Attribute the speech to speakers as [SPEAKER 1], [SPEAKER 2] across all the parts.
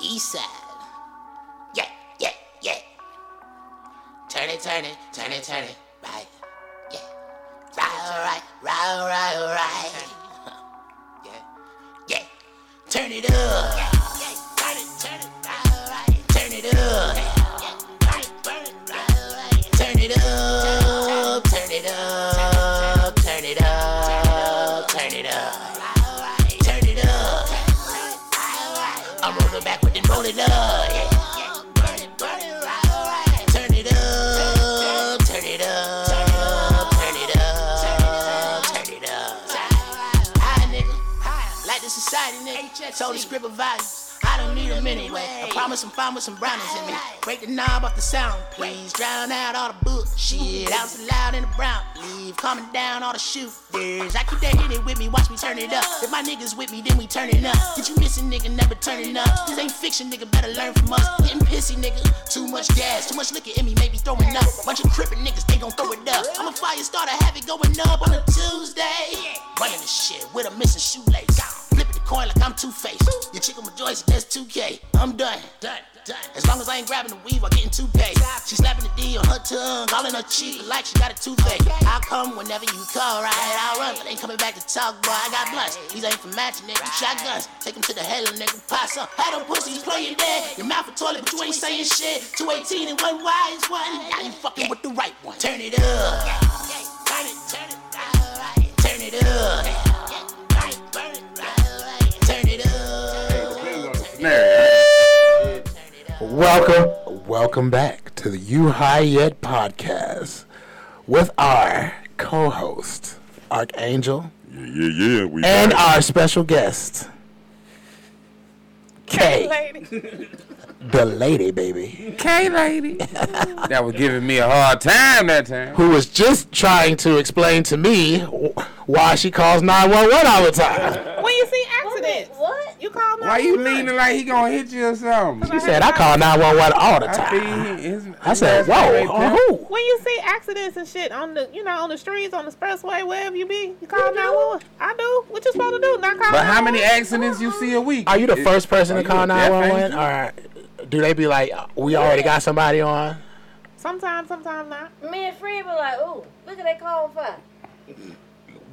[SPEAKER 1] East Side. Yeah, yeah, yeah. Turn it, turn it, turn it, turn it. Right. Yeah. Right, right, right, right, right. Yeah. Yeah. Turn it up. Yeah, yeah. Turn it, turn it, right, right. Turn it up. Yeah, yeah. Turn it, turn it, right, right. Turn it up. Turn it up. Turn it up. Turn it up. Turn it up. I'm rolling back with it, roll it up. Turn it up, turn it up, turn it up, turn it up. Hi, nigga. Like the society, nigga. Told the script of values. I don't need them anyway. I promise I'm fine with some brownies in me. Break the knob off the sound, please. Drown out all the bullshit. Out loud in the brown. Leave calming down all the shooters. I keep that hit it with me, watch me turn it up. If my niggas with me, then we turn it up. Did you miss a nigga, never turning up? This ain't fiction, nigga, better learn from us. Getting pissy, nigga. Too much gas, too much liquor in me, maybe throwing up. Bunch of crippin' niggas, they gon' throw it up. I'm a fire starter, have it going up on a Tuesday. Running this shit with a missing shoelace. Flipping the coin like I'm Two Faced. Your chicken rejoice, that's 2K. I'm done. Done. Done. As long as I ain't grabbing the weave, I'm getting two pay. She slapping the D on her tongue, all in her cheek like she got a toothache. I'll come whenever you call, right? I'll run, but ain't coming back to talk, boy. I got blunts. These ain't for matching, nigga. Shotguns. Take them to the hell, nigga. Pass up. Had them pussies playing dead. Your mouth a toilet, but you ain't saying shit. 218 and one wise one. Now you fucking with the right one. Turn it up. Turn it, turn it, right. Turn it up. Turn it up.
[SPEAKER 2] Welcome, welcome back to the You High Yet podcast with our co-host Archangel
[SPEAKER 3] Yeah, yeah, yeah. We
[SPEAKER 2] and
[SPEAKER 3] back.
[SPEAKER 2] our special guest Kay,
[SPEAKER 4] Lady.
[SPEAKER 2] the lady baby,
[SPEAKER 5] K lady. that was giving me a hard time that time.
[SPEAKER 2] who was just trying to explain to me wh- why she calls 911 all the time.
[SPEAKER 4] When you see accidents,
[SPEAKER 6] What?
[SPEAKER 4] you call 911.
[SPEAKER 5] Why you leaning like he gonna hit you or something?
[SPEAKER 2] She said I call 911 all the
[SPEAKER 5] I,
[SPEAKER 2] time.
[SPEAKER 5] think he- his,
[SPEAKER 2] I said,
[SPEAKER 5] his ass
[SPEAKER 2] "Whoa,
[SPEAKER 5] right
[SPEAKER 2] on
[SPEAKER 5] there.
[SPEAKER 2] who?"
[SPEAKER 4] When you see accidents and shit on the, you know, on the streets, on the expressway, wherever you be, you call 911. I do. What you supposed to do? Not call
[SPEAKER 5] But how
[SPEAKER 4] 911?
[SPEAKER 5] many accidents you see a week?
[SPEAKER 2] Are you the first person
[SPEAKER 5] are
[SPEAKER 2] to
[SPEAKER 5] you
[SPEAKER 2] call
[SPEAKER 5] a deaf
[SPEAKER 2] 911?
[SPEAKER 5] angel?
[SPEAKER 2] Or do they be like, uh, we already got somebody on?
[SPEAKER 4] Sometimes, sometimes not.
[SPEAKER 6] Me and Fred were like, ooh, look at that call on fire.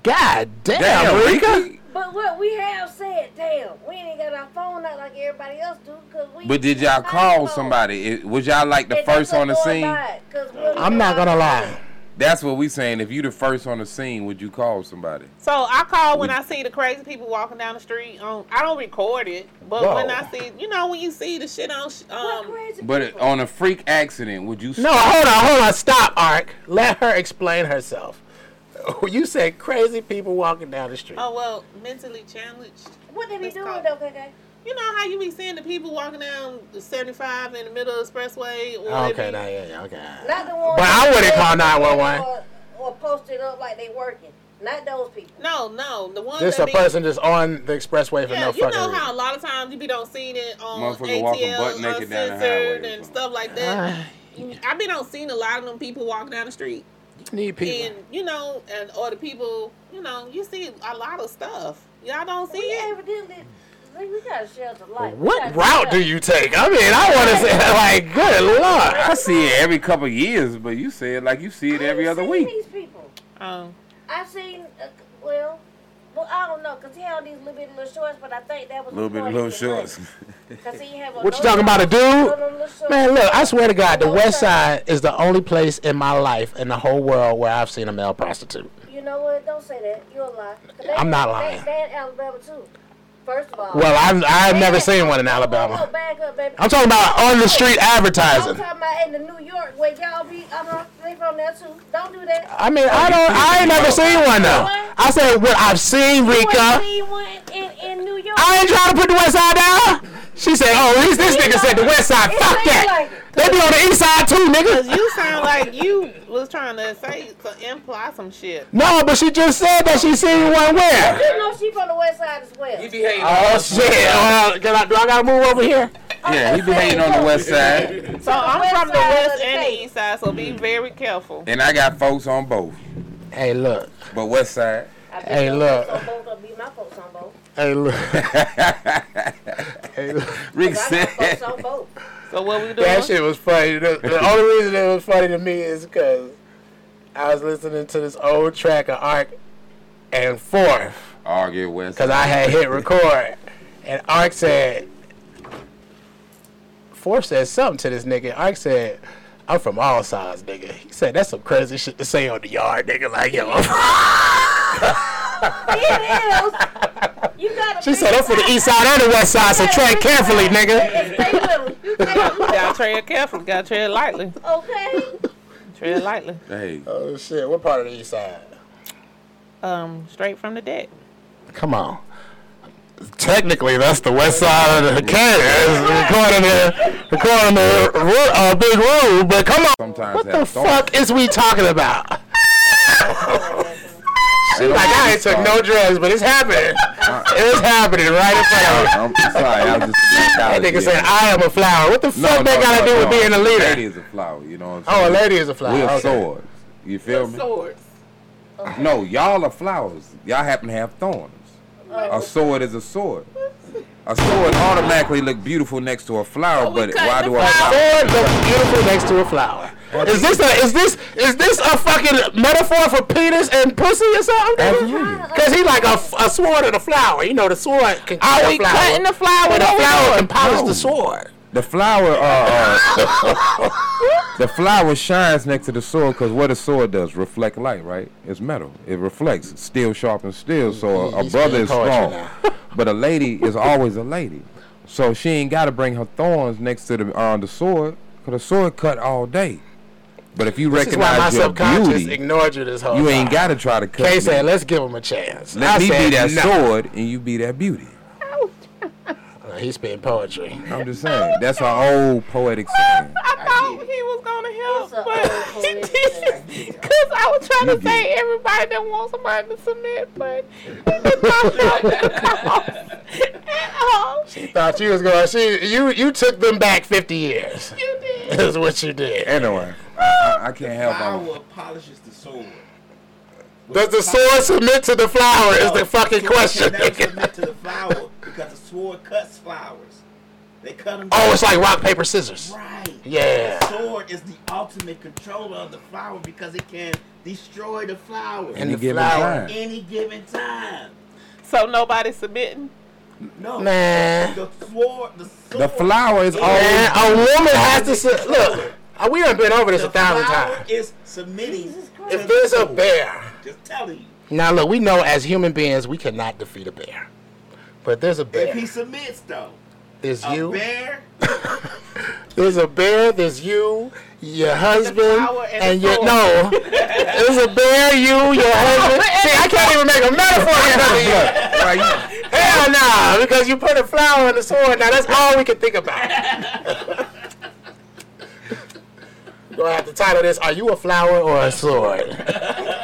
[SPEAKER 2] God damn,
[SPEAKER 5] Damn,
[SPEAKER 2] Rika.
[SPEAKER 5] Rika.
[SPEAKER 6] But what we have said, damn, we ain't got our phone out like everybody else do, cause we.
[SPEAKER 5] But did y'all
[SPEAKER 6] got
[SPEAKER 5] call
[SPEAKER 6] iPhone.
[SPEAKER 5] somebody? It- was y'all like the
[SPEAKER 6] And
[SPEAKER 5] first
[SPEAKER 6] that's
[SPEAKER 5] on the
[SPEAKER 6] what
[SPEAKER 5] scene?
[SPEAKER 6] going by, 'cause we'll
[SPEAKER 2] I'm
[SPEAKER 6] do
[SPEAKER 2] not
[SPEAKER 6] our
[SPEAKER 2] gonna
[SPEAKER 6] own.
[SPEAKER 2] lie.
[SPEAKER 5] That's what we saying. If you the first on the scene, would you call somebody?
[SPEAKER 4] So I call when I see the crazy people walking down the street. Um, I don't record it, but
[SPEAKER 2] Whoa.
[SPEAKER 4] when I see, you know, when you see the shit on, sh-
[SPEAKER 6] What
[SPEAKER 4] um,
[SPEAKER 6] crazy
[SPEAKER 5] But it-
[SPEAKER 6] people?
[SPEAKER 5] on a freak accident, would you?
[SPEAKER 2] No, hold on, hold on. Stop, Ark. Let her explain herself. You said crazy people walking down the street.
[SPEAKER 4] oh well, mentally challenged.
[SPEAKER 6] what they be
[SPEAKER 4] Let's
[SPEAKER 6] doing
[SPEAKER 4] call-
[SPEAKER 6] though, KK?
[SPEAKER 4] You know how you be seeing the people walking down the 75 in the middle of the expressway, or they
[SPEAKER 2] okay,
[SPEAKER 4] be-
[SPEAKER 2] now, yeah, yeah, okay.
[SPEAKER 6] Not the ones.
[SPEAKER 2] But I wouldn't call
[SPEAKER 6] that
[SPEAKER 2] 911.
[SPEAKER 6] Or, or post it up like they working. Not those people.
[SPEAKER 4] No, no, the ones
[SPEAKER 2] Just
[SPEAKER 4] that
[SPEAKER 2] a
[SPEAKER 4] be,
[SPEAKER 2] person just on the expressway for
[SPEAKER 4] Yeah,
[SPEAKER 2] no
[SPEAKER 4] you
[SPEAKER 2] fucking
[SPEAKER 4] know how
[SPEAKER 2] reason.
[SPEAKER 4] a lot of times you be don't seen it on
[SPEAKER 5] Motherfucker walking
[SPEAKER 4] ATL
[SPEAKER 5] butt
[SPEAKER 4] or
[SPEAKER 5] naked down the highway or
[SPEAKER 4] censored and
[SPEAKER 5] something.
[SPEAKER 4] stuff like that. I be don't seen a lot of them people walking down the street,
[SPEAKER 2] Need people.
[SPEAKER 4] and you know, and or the people, you know, you see a lot of stuff. Y'all don't see
[SPEAKER 6] We
[SPEAKER 4] it.
[SPEAKER 6] evidently, like, we gotta share the light. We
[SPEAKER 2] What
[SPEAKER 6] gotta
[SPEAKER 2] route
[SPEAKER 6] share.
[SPEAKER 2] do you take? I mean, I want to say, like, good lord.
[SPEAKER 5] I see it every couple of years, but you said like you see it
[SPEAKER 6] I
[SPEAKER 5] every
[SPEAKER 6] ain't
[SPEAKER 5] other
[SPEAKER 6] seen
[SPEAKER 5] week.
[SPEAKER 6] These people.
[SPEAKER 4] Um,
[SPEAKER 6] I seen, uh, well, well, I don't know, cause he had on these little bit little shorts, but I think that was
[SPEAKER 5] little bit of
[SPEAKER 6] before
[SPEAKER 5] little
[SPEAKER 6] he was
[SPEAKER 5] shorts.
[SPEAKER 6] running. Cause he have on
[SPEAKER 2] What you
[SPEAKER 6] those
[SPEAKER 2] talking about, a
[SPEAKER 6] shorts,
[SPEAKER 2] dude?
[SPEAKER 6] no, no, little shorts.
[SPEAKER 2] Man, look, I swear to God, the
[SPEAKER 6] No
[SPEAKER 2] West
[SPEAKER 6] shirt.
[SPEAKER 2] Side is the only place in my life in the whole world where I've seen a male prostitute.
[SPEAKER 6] You know what? Don't say that. You're a lie. 'Cause they-
[SPEAKER 2] I'm not
[SPEAKER 6] they-
[SPEAKER 2] lying.
[SPEAKER 6] They in Alabama too. First of all.
[SPEAKER 2] Well, I've, I've
[SPEAKER 6] They-
[SPEAKER 2] never seen one in
[SPEAKER 6] No,
[SPEAKER 2] Alabama.
[SPEAKER 6] back up, baby.
[SPEAKER 2] I'm talking about on the street
[SPEAKER 6] I'm
[SPEAKER 2] advertising.
[SPEAKER 6] talking about in the New York where y'all be. Uh-huh. They from there too. Don't do that.
[SPEAKER 2] I mean, I don't. I ain't never seen one though. I said what I've seen,
[SPEAKER 6] What
[SPEAKER 2] Rika.
[SPEAKER 6] you mean one in, in New York?
[SPEAKER 2] uh, I ain't trying to put the West Side down. She said, "Oh, this, this nigga said the West Side. Fuck that. They be on the East Side too,
[SPEAKER 4] cause
[SPEAKER 2] nigga."
[SPEAKER 4] you sound like you was trying to say to imply some shit.
[SPEAKER 2] No, but she just said that she seen one where.
[SPEAKER 6] You know she from the West Side as well.
[SPEAKER 2] Oh shit! Well, can I, do I gotta move over here?
[SPEAKER 5] Yeah, he be hating on the west side,
[SPEAKER 4] So Oh, I'm
[SPEAKER 6] west
[SPEAKER 4] from the
[SPEAKER 6] side of
[SPEAKER 4] west
[SPEAKER 6] the
[SPEAKER 4] and
[SPEAKER 6] state.
[SPEAKER 4] the east side, so
[SPEAKER 5] Mm.
[SPEAKER 4] be very careful.
[SPEAKER 5] and I got folks on both.
[SPEAKER 2] Hey, look.
[SPEAKER 5] But west side,
[SPEAKER 6] I bet
[SPEAKER 2] Hey,
[SPEAKER 6] your
[SPEAKER 2] look.
[SPEAKER 6] folks on both of them be my folks on both.
[SPEAKER 2] Hey, look. Hey,
[SPEAKER 5] Rick
[SPEAKER 6] I know folks
[SPEAKER 5] said.
[SPEAKER 6] on both.
[SPEAKER 4] So what we doing?
[SPEAKER 2] That shit was funny. The, the only reason it was funny to me is because I was listening to this old track of Arc and Fourth
[SPEAKER 5] Argue West.
[SPEAKER 2] because I had hit record, and Arc said, Fourth said something to this nigga. Arc said, "I'm from all sides, nigga." He said, "That's some crazy shit to say on the yard, nigga." Like yo,
[SPEAKER 6] It is. You gotta.
[SPEAKER 2] she said, "I'm from the east side and the west side, so tread carefully, nigga."
[SPEAKER 6] Stay little. You can't.
[SPEAKER 4] Gotta tread carefully. Gotta tread lightly.
[SPEAKER 6] Okay.
[SPEAKER 4] Tread lightly.
[SPEAKER 5] hey,
[SPEAKER 2] Oh shit! What part of the east side?
[SPEAKER 4] Um, straight from the deck.
[SPEAKER 2] Come on. Technically, that's the west side of the can. Recording the recording the ro- uh, big room, but come on.
[SPEAKER 5] sometimes
[SPEAKER 2] What
[SPEAKER 5] that
[SPEAKER 2] the
[SPEAKER 5] thought-
[SPEAKER 2] fuck is we talking about?
[SPEAKER 5] Ain't
[SPEAKER 2] Like
[SPEAKER 5] no
[SPEAKER 2] I ain't
[SPEAKER 5] reason
[SPEAKER 2] took
[SPEAKER 5] to
[SPEAKER 2] no
[SPEAKER 5] start.
[SPEAKER 2] drugs, but it's happening. It's happening right in front of me.
[SPEAKER 5] I'm sorry, I was just.
[SPEAKER 2] That nigga said, "I am a flower." What the fuck that got to do with being a
[SPEAKER 5] Lady
[SPEAKER 2] leader?
[SPEAKER 5] is a flower, you know what I'm
[SPEAKER 2] Oh, a
[SPEAKER 5] saying?
[SPEAKER 2] lady is a flower.
[SPEAKER 5] We're
[SPEAKER 2] okay.
[SPEAKER 5] swords. You feel me?
[SPEAKER 4] Swords.
[SPEAKER 5] No, y'all are flowers. Y'all happen to have thorns. A sword is a sword. A sword automatically look beautiful next to a flower, but why do
[SPEAKER 2] A
[SPEAKER 5] I?
[SPEAKER 2] sword looks beautiful next to a flower. Is this a is this is this a fucking metaphor for penis and pussy or something?
[SPEAKER 5] Absolutely.
[SPEAKER 2] Cause he like a, f- a sword and a flower. You know the sword can cut
[SPEAKER 4] Are
[SPEAKER 2] the
[SPEAKER 4] we
[SPEAKER 2] flower.
[SPEAKER 4] cutting the flower?
[SPEAKER 2] But the
[SPEAKER 4] What we
[SPEAKER 2] flower
[SPEAKER 4] doing?
[SPEAKER 2] can polish the sword.
[SPEAKER 5] The flower, uh, uh, the flower shines next to the sword because what a sword does reflect light, right? It's metal. It reflects. Steel sharpens steel, so a, a
[SPEAKER 2] He's
[SPEAKER 5] brother is
[SPEAKER 2] speaking
[SPEAKER 5] strong.
[SPEAKER 2] poetry now.
[SPEAKER 5] but a lady is always a lady, so she ain't got to bring her thorns next to the uh, the sword because the sword cut all day. But if you
[SPEAKER 2] This is why my
[SPEAKER 5] recognize your
[SPEAKER 2] subconscious
[SPEAKER 5] beauty,
[SPEAKER 2] ignored you this whole
[SPEAKER 5] you ain't
[SPEAKER 2] time.
[SPEAKER 5] got to try to cut.
[SPEAKER 2] Kay
[SPEAKER 5] me.
[SPEAKER 2] said, "Let's give him a chance."
[SPEAKER 5] Let
[SPEAKER 2] I
[SPEAKER 5] me
[SPEAKER 2] said,
[SPEAKER 5] be that
[SPEAKER 2] no.
[SPEAKER 5] sword, and you be that beauty.
[SPEAKER 2] Uh, He spitting poetry.
[SPEAKER 5] I'm just saying. That's an old poetic saying.
[SPEAKER 4] I thought he was gonna help,
[SPEAKER 6] It's a
[SPEAKER 4] but he
[SPEAKER 6] old
[SPEAKER 4] didn't. Cause I was trying
[SPEAKER 5] You
[SPEAKER 4] to
[SPEAKER 5] get
[SPEAKER 4] say everybody that wants somebody to submit, but he did not know the cause at all.
[SPEAKER 2] Thought you was going. She you you took them back fifty years.
[SPEAKER 4] You did.
[SPEAKER 2] Is what you did.
[SPEAKER 5] Anyway, I, I, I can't help. I'm-
[SPEAKER 3] Power polishes the sword.
[SPEAKER 2] Does the sword submit to the flower? Is the fucking question.
[SPEAKER 3] They never submit to the flower because the sword cuts flowers. They cut them.
[SPEAKER 2] Oh, it's like rock paper scissors.
[SPEAKER 3] right.
[SPEAKER 2] Yeah.
[SPEAKER 3] The sword is the ultimate controller of the flower because it can destroy the flower
[SPEAKER 2] And
[SPEAKER 5] Any
[SPEAKER 2] the
[SPEAKER 5] given
[SPEAKER 2] flower.
[SPEAKER 5] time.
[SPEAKER 3] any given time.
[SPEAKER 4] So nobody submitting.
[SPEAKER 3] No.
[SPEAKER 2] Nah.
[SPEAKER 3] The sword. The, sword
[SPEAKER 5] The flower is always.
[SPEAKER 2] Man, a woman has to su- look. uh, We done been over this a
[SPEAKER 3] The
[SPEAKER 2] thousand
[SPEAKER 3] flower
[SPEAKER 2] times.
[SPEAKER 3] is submitting. to
[SPEAKER 2] If there's
[SPEAKER 3] the
[SPEAKER 2] a
[SPEAKER 3] sword.
[SPEAKER 2] bear,
[SPEAKER 3] just telling you.
[SPEAKER 2] now look, we know as human beings we cannot defeat a bear, but there's a
[SPEAKER 3] If
[SPEAKER 2] bear.
[SPEAKER 3] he submits though,
[SPEAKER 2] There's
[SPEAKER 3] a
[SPEAKER 2] you.
[SPEAKER 3] bear
[SPEAKER 2] There's a bear. There's you, your husband,
[SPEAKER 4] flower and
[SPEAKER 2] and
[SPEAKER 4] the
[SPEAKER 2] your
[SPEAKER 4] sword.
[SPEAKER 2] no. There's a bear, you, your husband. See, I can't even make a metaphor out of you.
[SPEAKER 5] Right, you-
[SPEAKER 2] Hell no, because you put a flower on the sword. Now that's all we can think about. We're gonna have to title this: Are you a flower or a sword?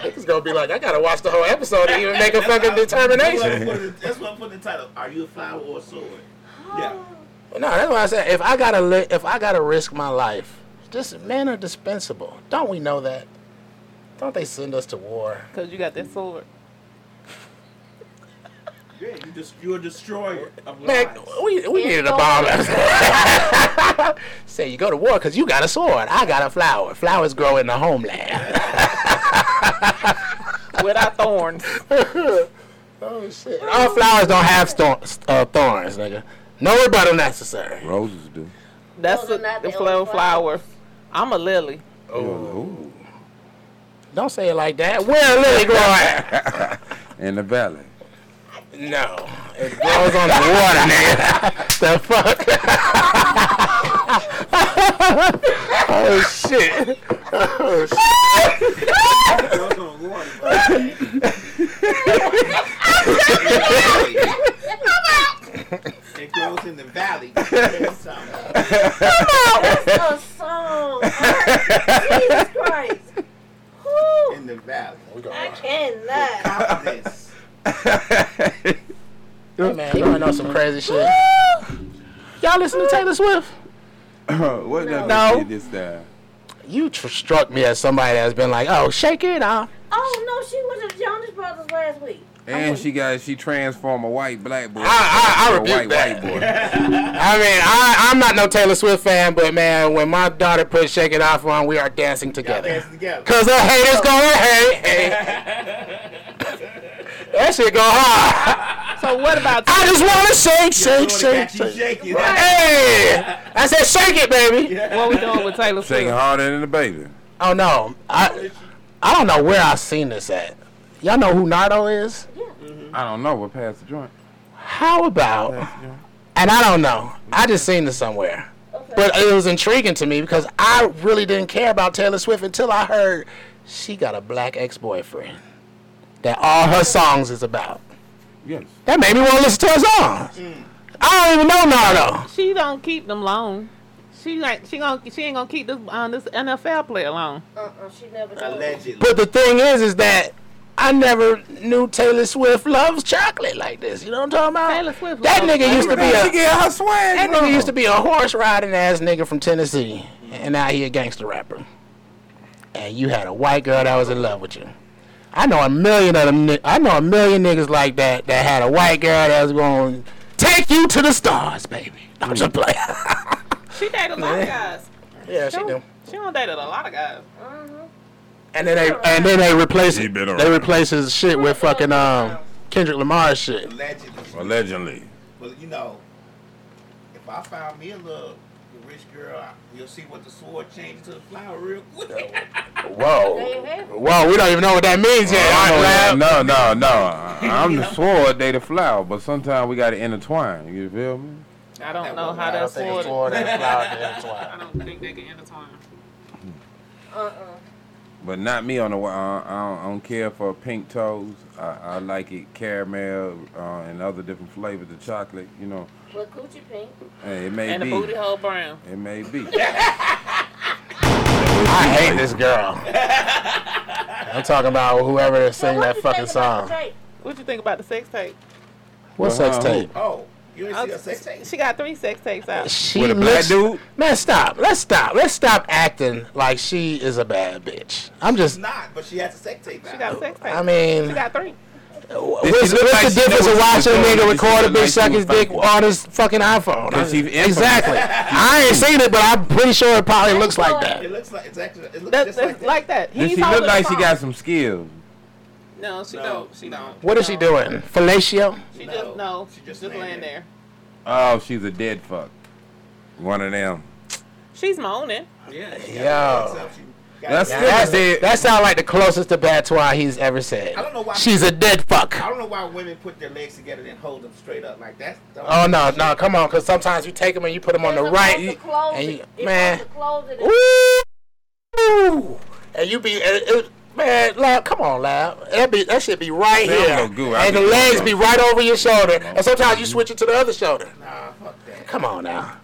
[SPEAKER 2] It's gonna be like I gotta watch the whole episode to even make a fucking determination.
[SPEAKER 3] That's what I put in the title. Are you a flower or a sword? Yeah.
[SPEAKER 2] No, that's why I said if I gotta li- if I gotta risk my life, just men are dispensable. Don't we know that? Don't they send us to war?
[SPEAKER 4] Cause you got that sword.
[SPEAKER 3] Yeah, you just you're a destroyer of
[SPEAKER 2] Man,
[SPEAKER 3] lives.
[SPEAKER 2] we, we needed a bomb. Say you go to war because you got a sword. I got a flower. Flowers grow in the homeland.
[SPEAKER 4] Without thorns.
[SPEAKER 2] Oh shit! All flowers don't have stor- uh, thorns, nigga. No rebuttal necessary.
[SPEAKER 5] roses do.
[SPEAKER 4] That's
[SPEAKER 6] Those are
[SPEAKER 4] a,
[SPEAKER 6] not
[SPEAKER 4] the
[SPEAKER 6] the
[SPEAKER 4] flow
[SPEAKER 6] only
[SPEAKER 4] flower.
[SPEAKER 6] flowers.
[SPEAKER 4] I'm a lily.
[SPEAKER 5] Ooh.
[SPEAKER 2] Don't say it like that. Where a lily grow at?
[SPEAKER 5] In the valley.
[SPEAKER 2] No, it grows on the water, nigga. the fuck? oh shit! Oh,
[SPEAKER 3] Girls gonna warn you, bro. It grows in the valley. Something.
[SPEAKER 6] That's a song. Jesus Christ. Whew.
[SPEAKER 3] In the valley.
[SPEAKER 6] I cannot.
[SPEAKER 3] Confidence.
[SPEAKER 2] Hey, man, you wanna know some crazy shit? Y'all listen to Taylor Swift?
[SPEAKER 5] what no.
[SPEAKER 4] No.
[SPEAKER 5] This time.
[SPEAKER 2] You tr- struck me as somebody that's been like, oh, shake it off.
[SPEAKER 6] Oh no, she was at Jonas Brothers last week.
[SPEAKER 5] And she got she transformed a white black boy.
[SPEAKER 2] I- I- I
[SPEAKER 5] into a
[SPEAKER 2] rebuke
[SPEAKER 5] white
[SPEAKER 2] that.
[SPEAKER 5] white boy.
[SPEAKER 2] I mean, I, I'm not no Taylor Swift fan, but man, when my daughter put "Shake It Off" on, we are dancing together.
[SPEAKER 3] Dancing together.
[SPEAKER 2] Cause the haters gonna hate. hate. that shit go hard.
[SPEAKER 4] So what about
[SPEAKER 2] I just wanna shake,
[SPEAKER 3] They
[SPEAKER 2] shake,
[SPEAKER 3] wanna
[SPEAKER 2] shake,
[SPEAKER 3] catch you
[SPEAKER 2] shake.
[SPEAKER 3] shaking.
[SPEAKER 2] Hey, I said shake it, baby.
[SPEAKER 4] what we doing with Taylor
[SPEAKER 5] Shaking
[SPEAKER 4] Swift?
[SPEAKER 5] harder than the baby.
[SPEAKER 2] Oh no, I I don't know where I seen this at. Y'all know who Nardo is?
[SPEAKER 5] I don't know what passed the joint.
[SPEAKER 2] How about?
[SPEAKER 5] Passed the joint.
[SPEAKER 2] And I don't know. I just seen this somewhere. But it was intriguing to me because I really didn't care about Taylor Swift until I heard she got a black ex-boyfriend that all her songs is about.
[SPEAKER 5] Yes.
[SPEAKER 2] That made me want to listen to her
[SPEAKER 3] Mm.
[SPEAKER 2] songs. I don't even know Nardo.
[SPEAKER 4] She don't keep them long. She like she gonna she ain't gonna keep this um, this NFL player long.
[SPEAKER 6] Uh-uh, she never does.
[SPEAKER 3] Allegedly.
[SPEAKER 2] But the thing is, is that I never knew Taylor Swift loves chocolate like this. You know what I'm talking about?
[SPEAKER 4] Taylor Swift
[SPEAKER 2] That
[SPEAKER 4] loves
[SPEAKER 2] nigga used to be
[SPEAKER 5] Man,
[SPEAKER 2] a
[SPEAKER 5] she get her swag.
[SPEAKER 2] That
[SPEAKER 5] on.
[SPEAKER 2] nigga used to be a horse riding ass nigga from Tennessee, and now he a gangster rapper. And you had a white girl that was in love with you. I know a million of them. ni- I know a million niggas like that that had a white girl that was going to take you to the stars, baby. I'm just playing.
[SPEAKER 4] She dated a lot of guys.
[SPEAKER 2] Mm. yeah, she
[SPEAKER 4] She
[SPEAKER 2] do.
[SPEAKER 4] don't, she don't dated a lot of guys.
[SPEAKER 2] And then they and then they replace
[SPEAKER 5] He been
[SPEAKER 2] they
[SPEAKER 5] around.
[SPEAKER 2] replace his shit with fucking um Kendrick Lamar's shit.
[SPEAKER 3] Allegedly.
[SPEAKER 5] Allegedly.
[SPEAKER 3] But you know, if I found me a little rich girl, I- you'll see what the sword changes to the flower real quick.
[SPEAKER 2] Whoa, whoa, we don't even know what that means yet. All right,
[SPEAKER 5] Oh,
[SPEAKER 2] lab.
[SPEAKER 5] no, no, no. I- I'm the sword, they the flower, but sometimes we gotta intertwine. You feel me?
[SPEAKER 4] I don't know how
[SPEAKER 2] I don't
[SPEAKER 4] that's
[SPEAKER 2] think it's
[SPEAKER 4] sorted.
[SPEAKER 2] Florida and Florida, Florida.
[SPEAKER 4] I don't think they can intertwine.
[SPEAKER 5] But not me on the. wa- I I don't, I don't care for pink toes. I, I like it caramel uh, and other different flavors of chocolate. You know,
[SPEAKER 6] With coochie pink.
[SPEAKER 5] Hey, it may
[SPEAKER 4] And the
[SPEAKER 5] be.
[SPEAKER 4] booty hole brown.
[SPEAKER 5] It may be.
[SPEAKER 2] I hate this girl. I'm talking about whoever that sing that fucking song.
[SPEAKER 4] What you think about the sex tape?
[SPEAKER 2] What sex tape?
[SPEAKER 3] oh, you ain't see
[SPEAKER 4] I-
[SPEAKER 3] a sex tape?
[SPEAKER 4] She got three sex tapes out.
[SPEAKER 2] She
[SPEAKER 5] With a black
[SPEAKER 2] looks-
[SPEAKER 5] dude?
[SPEAKER 2] Man, stop. Let's stop. Let's stop acting like she is a bad bitch. I'm just.
[SPEAKER 3] Not, but she has a sex tape.
[SPEAKER 4] She got a sex tape.
[SPEAKER 2] I mean,
[SPEAKER 4] she got three.
[SPEAKER 5] she
[SPEAKER 2] what's,
[SPEAKER 5] look
[SPEAKER 2] what's
[SPEAKER 5] like
[SPEAKER 2] the
[SPEAKER 5] she
[SPEAKER 2] difference
[SPEAKER 5] know
[SPEAKER 2] of
[SPEAKER 5] what she's
[SPEAKER 2] watching
[SPEAKER 5] doing?
[SPEAKER 2] a nigga
[SPEAKER 5] Does she
[SPEAKER 2] record a
[SPEAKER 5] look like
[SPEAKER 2] bitch suck
[SPEAKER 5] she
[SPEAKER 2] his
[SPEAKER 5] was
[SPEAKER 2] dick
[SPEAKER 5] fucking-
[SPEAKER 2] on his fucking iPhone?
[SPEAKER 5] Does she implement-
[SPEAKER 2] exactly. I ain't seen it, but I'm pretty sure it probably looks like
[SPEAKER 3] It
[SPEAKER 2] that.
[SPEAKER 3] looks like it's actually it looks
[SPEAKER 4] That's,
[SPEAKER 3] just
[SPEAKER 4] that's
[SPEAKER 3] like that.
[SPEAKER 4] like that.
[SPEAKER 5] Does
[SPEAKER 4] He's
[SPEAKER 5] she look
[SPEAKER 4] holding
[SPEAKER 5] like
[SPEAKER 4] the
[SPEAKER 5] she
[SPEAKER 4] phone.
[SPEAKER 5] got some skills?
[SPEAKER 4] No, she
[SPEAKER 3] No,
[SPEAKER 4] don't. She
[SPEAKER 3] no.
[SPEAKER 4] don't.
[SPEAKER 2] What is she doing? Fellatio?
[SPEAKER 4] She
[SPEAKER 3] No,
[SPEAKER 4] just no.
[SPEAKER 3] she
[SPEAKER 4] She
[SPEAKER 3] just
[SPEAKER 4] just,
[SPEAKER 3] laying
[SPEAKER 4] laying
[SPEAKER 3] there.
[SPEAKER 4] there.
[SPEAKER 5] Oh, she's a dead fuck. One of them.
[SPEAKER 4] She's moaning.
[SPEAKER 3] Yeah. she
[SPEAKER 2] Yo.
[SPEAKER 3] got a sex tape. She got-
[SPEAKER 5] That's
[SPEAKER 3] I
[SPEAKER 5] still
[SPEAKER 2] That's,
[SPEAKER 5] a dead.
[SPEAKER 2] that sounds like the closest to Batwa he's ever said.
[SPEAKER 3] I don't know why-
[SPEAKER 2] She's a dead fuck.
[SPEAKER 3] don't know why women put their legs together and hold them straight up like that's. the
[SPEAKER 2] Oh
[SPEAKER 3] only-
[SPEAKER 2] no, no, come on, cause sometimes you take them and you put them on the right, you- and you, man, ooh, and you be, and it, it- man, lab, come on, lab, that be, that should be right
[SPEAKER 5] Man,
[SPEAKER 2] here,
[SPEAKER 5] I'm no guru. I
[SPEAKER 2] and the
[SPEAKER 5] be-
[SPEAKER 2] legs be right over your shoulder, and sometimes you switch it to the other shoulder.
[SPEAKER 3] Nah, fuck that.
[SPEAKER 2] Come on now,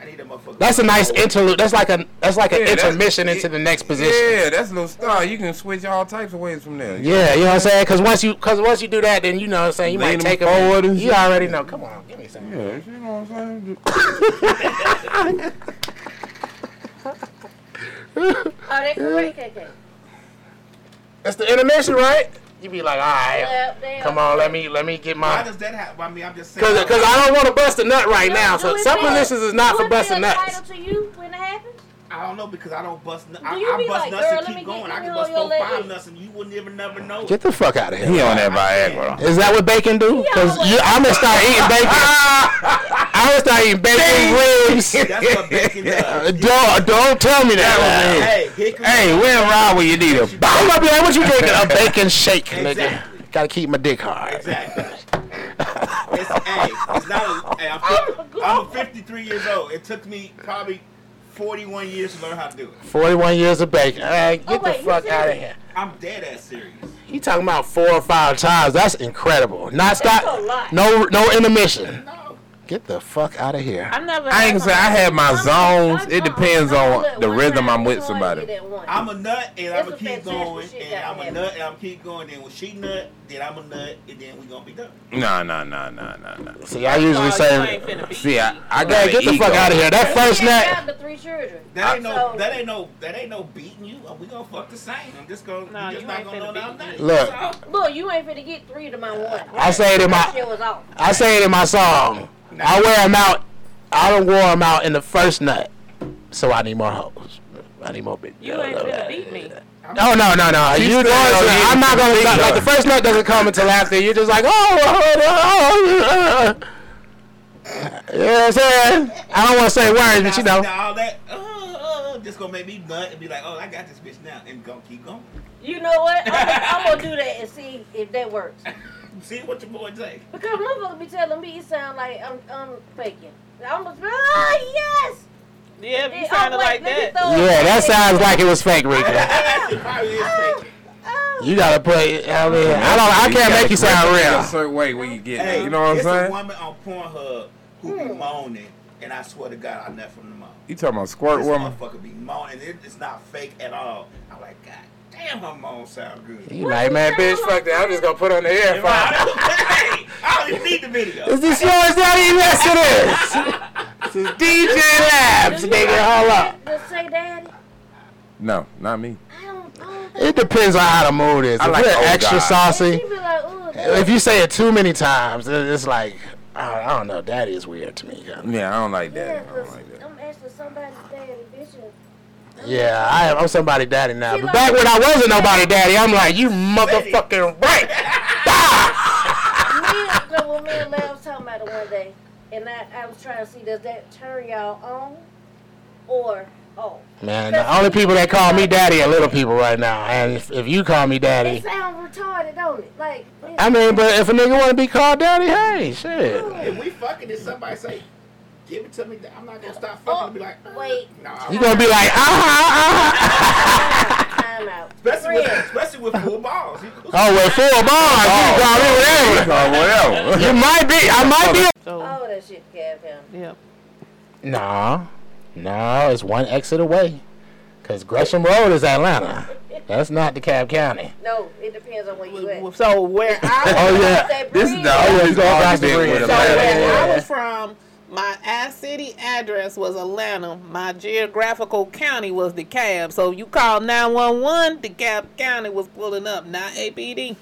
[SPEAKER 3] I need a motherfucker.
[SPEAKER 2] that's a nice interlude. That's like a, that's like an
[SPEAKER 5] Yeah, that's-
[SPEAKER 2] intermission into the next position.
[SPEAKER 5] Yeah, that's a little star. You can switch all types of ways from there.
[SPEAKER 2] Yeah, you know what I'm saying? Cause once you, cause once you do that, then you know what I'm saying. You
[SPEAKER 5] Lean
[SPEAKER 2] might
[SPEAKER 5] 'em
[SPEAKER 2] take 'em.
[SPEAKER 5] forward and
[SPEAKER 2] You
[SPEAKER 5] shit.
[SPEAKER 2] already know. Come on, give me some.
[SPEAKER 5] Yeah, you know what I'm saying?
[SPEAKER 6] Oh, they correct, KK.
[SPEAKER 2] That's the intermission, right? You be like, all right,
[SPEAKER 6] Yeah, they
[SPEAKER 2] come
[SPEAKER 6] are.
[SPEAKER 2] on, let me, let me get my.
[SPEAKER 3] Why does that happen? I mean, I'm just saying.
[SPEAKER 2] Cause, cause I don't want to bust a nut right now.
[SPEAKER 6] Do
[SPEAKER 2] So
[SPEAKER 6] it
[SPEAKER 2] some
[SPEAKER 6] feel-
[SPEAKER 2] positions is not
[SPEAKER 6] do
[SPEAKER 2] for
[SPEAKER 6] it feel
[SPEAKER 2] busting nuts.
[SPEAKER 6] entitled to you when it happens?
[SPEAKER 3] I don't know because I don't bust. nuts. I,
[SPEAKER 6] Do you
[SPEAKER 3] I
[SPEAKER 6] be
[SPEAKER 3] bust
[SPEAKER 6] like,
[SPEAKER 3] nuts
[SPEAKER 6] "Girl,
[SPEAKER 3] and
[SPEAKER 6] let me get
[SPEAKER 3] keep
[SPEAKER 6] you
[SPEAKER 3] going. I can
[SPEAKER 6] on
[SPEAKER 3] bust
[SPEAKER 6] your
[SPEAKER 3] four,
[SPEAKER 6] leg."
[SPEAKER 3] five nuts and you wouldn't even never know.
[SPEAKER 2] Get the fuck out of
[SPEAKER 5] He
[SPEAKER 2] here.
[SPEAKER 5] on that Viagra.
[SPEAKER 2] Is that what bacon do? Cause
[SPEAKER 6] Yeah,
[SPEAKER 2] you, I'm gonna start eating bacon. I'm gonna start eating bacon
[SPEAKER 3] That's what bacon does.
[SPEAKER 2] ribs. don't don't tell me that.
[SPEAKER 3] Hey, hickory.
[SPEAKER 5] Hey, we're around when you need a
[SPEAKER 2] I'm gonna be like, what you drinking? A bacon shake, nigga.
[SPEAKER 3] Exactly.
[SPEAKER 2] Gotta keep my dick hard.
[SPEAKER 3] Exactly. It's, hey, it's not a, hey,
[SPEAKER 6] Oh,
[SPEAKER 3] I'm, fif- I'm 53 years old. It took me probably 41 years to learn how to do it.
[SPEAKER 2] 41 years of bacon. All right, get
[SPEAKER 6] Oh,
[SPEAKER 2] the
[SPEAKER 6] wait, you
[SPEAKER 2] fuck out of
[SPEAKER 6] serious?
[SPEAKER 2] here.
[SPEAKER 3] I'm dead ass serious.
[SPEAKER 2] He talking about four or five times. That's incredible. Not
[SPEAKER 6] a
[SPEAKER 2] stop.
[SPEAKER 6] lot.
[SPEAKER 2] No no intermission.
[SPEAKER 3] No.
[SPEAKER 2] Get the fuck out of here.
[SPEAKER 4] I'm never.
[SPEAKER 5] I ain't gonna say I have my zones. It depends on
[SPEAKER 6] Look,
[SPEAKER 5] the
[SPEAKER 6] one
[SPEAKER 5] rhythm
[SPEAKER 6] time
[SPEAKER 5] I'm with
[SPEAKER 6] toys did
[SPEAKER 5] somebody.
[SPEAKER 6] it once.
[SPEAKER 3] I'm a nut and
[SPEAKER 6] That's
[SPEAKER 3] I'm gonna
[SPEAKER 6] what
[SPEAKER 3] keep
[SPEAKER 6] fantastic
[SPEAKER 3] going,
[SPEAKER 6] shit
[SPEAKER 3] and
[SPEAKER 6] got
[SPEAKER 3] I'm a
[SPEAKER 6] happened.
[SPEAKER 3] nut and I'm keep going. Then when she nut, then I'm a nut, and then we gonna be done.
[SPEAKER 5] Nah, nah, nah, nah, nah, nah.
[SPEAKER 2] See, I
[SPEAKER 6] Oh,
[SPEAKER 2] usually say,
[SPEAKER 5] See, I, I got
[SPEAKER 2] man, get the fuck out of here. That
[SPEAKER 6] He
[SPEAKER 2] first
[SPEAKER 6] had
[SPEAKER 2] night.
[SPEAKER 6] grabbed the three children.
[SPEAKER 3] That ain't no,
[SPEAKER 6] So-
[SPEAKER 3] that ain't no, that ain't no beating you. We gonna fuck the same. I'm just gonna,
[SPEAKER 4] Nah,
[SPEAKER 3] you just
[SPEAKER 4] you
[SPEAKER 3] not
[SPEAKER 4] ain't
[SPEAKER 3] gonna know
[SPEAKER 4] finna
[SPEAKER 3] that I'm
[SPEAKER 4] beat
[SPEAKER 3] not.
[SPEAKER 4] me.
[SPEAKER 2] Look,
[SPEAKER 6] Look, you ain't finna get three to my one.
[SPEAKER 2] I say it in
[SPEAKER 6] That
[SPEAKER 2] my,
[SPEAKER 6] shit was off.
[SPEAKER 2] I say it in my song. I wear them out. I don't wear them out in the first nut, so I need more hoes. I need more bitches.
[SPEAKER 4] You ain't finna beat me.
[SPEAKER 2] Oh no no no!
[SPEAKER 5] She's
[SPEAKER 2] You
[SPEAKER 5] still
[SPEAKER 2] don't-
[SPEAKER 5] here.
[SPEAKER 2] I'm not gonna
[SPEAKER 5] Big
[SPEAKER 2] like, like the
[SPEAKER 5] time.
[SPEAKER 2] first nut doesn't come until after. You're just like oh, oh, oh, oh, oh. you know what I'm saying? I don't want to say words, but you
[SPEAKER 3] Now,
[SPEAKER 2] know.
[SPEAKER 3] now all that, uh, uh, uh, just gonna make me nut and be like, oh, I got this bitch now, and gonna keep going.
[SPEAKER 6] You know what? I'm, gonna- I'm gonna do that and see if that works.
[SPEAKER 3] See what your boy say.
[SPEAKER 6] Because motherfucker be telling me it sound like I'm, I'm faking. I'm just ah yes.
[SPEAKER 4] Yeah, if you
[SPEAKER 6] Then, oh,
[SPEAKER 4] sounded
[SPEAKER 6] wait,
[SPEAKER 4] like
[SPEAKER 6] let me
[SPEAKER 4] that.
[SPEAKER 6] throw it
[SPEAKER 2] Yeah, that
[SPEAKER 6] back.
[SPEAKER 2] sounds like it was fake, Rico.
[SPEAKER 3] That shit probably is fake.
[SPEAKER 6] Oh,
[SPEAKER 2] You gotta put. I mean, I don't. I can't make you sound
[SPEAKER 5] A
[SPEAKER 2] real.
[SPEAKER 5] certain way when you get,
[SPEAKER 3] Hey,
[SPEAKER 5] you know what I'm
[SPEAKER 3] uh, it's a
[SPEAKER 5] saying?
[SPEAKER 3] woman on Pornhub who be moaning, and I swear to God, I never from the mouth.
[SPEAKER 5] You talking about squirt
[SPEAKER 3] This
[SPEAKER 5] woman?
[SPEAKER 3] motherfucker be moaning. It, it's not fake at all. I'm like, God damn, her moan sound good.
[SPEAKER 2] You like man, bitch, fuck that. I'm just gonna put on the earphone.
[SPEAKER 3] Hey, I don't even need the video.
[SPEAKER 2] Is this yours, daddy? Yes, it is. This is DJ Labs,
[SPEAKER 6] do you
[SPEAKER 2] nigga.
[SPEAKER 6] like
[SPEAKER 2] Hold up.
[SPEAKER 6] that To say daddy,
[SPEAKER 5] No, not me.
[SPEAKER 6] I don't. I don't think-
[SPEAKER 2] It depends on how the mood is.
[SPEAKER 5] I
[SPEAKER 2] If
[SPEAKER 5] like
[SPEAKER 2] you're
[SPEAKER 5] old
[SPEAKER 2] extra
[SPEAKER 5] guys.
[SPEAKER 2] saucy.
[SPEAKER 6] She be like, ooh,
[SPEAKER 2] if you say it too many times, it- it's like I I don't know. That is weird to me.
[SPEAKER 5] Yeah, I don't like
[SPEAKER 6] yeah,
[SPEAKER 5] that. I
[SPEAKER 6] 'cause
[SPEAKER 5] don't like that.
[SPEAKER 6] I'm actually somebody's daddy, bitch.
[SPEAKER 2] Yeah, I am, I'm somebody daddy now. But back when I wasn't nobody daddy, I'm like you motherfucking right. Ah!
[SPEAKER 6] me and no, well, me and Lab was talking about it one day, and I, I was trying to see does that turn y'all on or off?
[SPEAKER 2] Man, the only people that call me daddy are little people right now. And if, if you call me
[SPEAKER 6] It
[SPEAKER 2] daddy,
[SPEAKER 6] sound retarded, don't it? Like it's-
[SPEAKER 2] I mean, but if a nigga want to be called daddy, hey, shit.
[SPEAKER 3] If we fucking and somebody say, give it to me, I'm not gonna stop fucking and be like, uh,
[SPEAKER 6] Oh, wait.
[SPEAKER 3] Nah.
[SPEAKER 2] You gonna be like, uh huh, uh huh.
[SPEAKER 6] time out.
[SPEAKER 3] Especially with,
[SPEAKER 6] Friends.
[SPEAKER 3] especially with full balls. You-
[SPEAKER 2] Oh, with full bars, you call me
[SPEAKER 5] You call
[SPEAKER 2] whatever.
[SPEAKER 5] whatever.
[SPEAKER 2] You might be, I might be.
[SPEAKER 4] So,
[SPEAKER 6] All that shit got him.
[SPEAKER 4] yeah.
[SPEAKER 2] No, no, it's one exit away. Cause Gresham Road is Atlanta. That's not DeKalb County.
[SPEAKER 6] No, it depends on where you at.
[SPEAKER 4] So where I
[SPEAKER 2] Oh yeah,
[SPEAKER 6] That
[SPEAKER 5] This is
[SPEAKER 6] breed-
[SPEAKER 5] the
[SPEAKER 2] you
[SPEAKER 5] only
[SPEAKER 2] go across the
[SPEAKER 5] argument
[SPEAKER 2] bridge.
[SPEAKER 5] with
[SPEAKER 4] So
[SPEAKER 2] Yeah,
[SPEAKER 4] where
[SPEAKER 5] Atlanta.
[SPEAKER 2] yeah.
[SPEAKER 4] I was from, my I city address was Atlanta. My geographical county was DeKalb. So you called 911, DeKalb County was pulling up, not APD.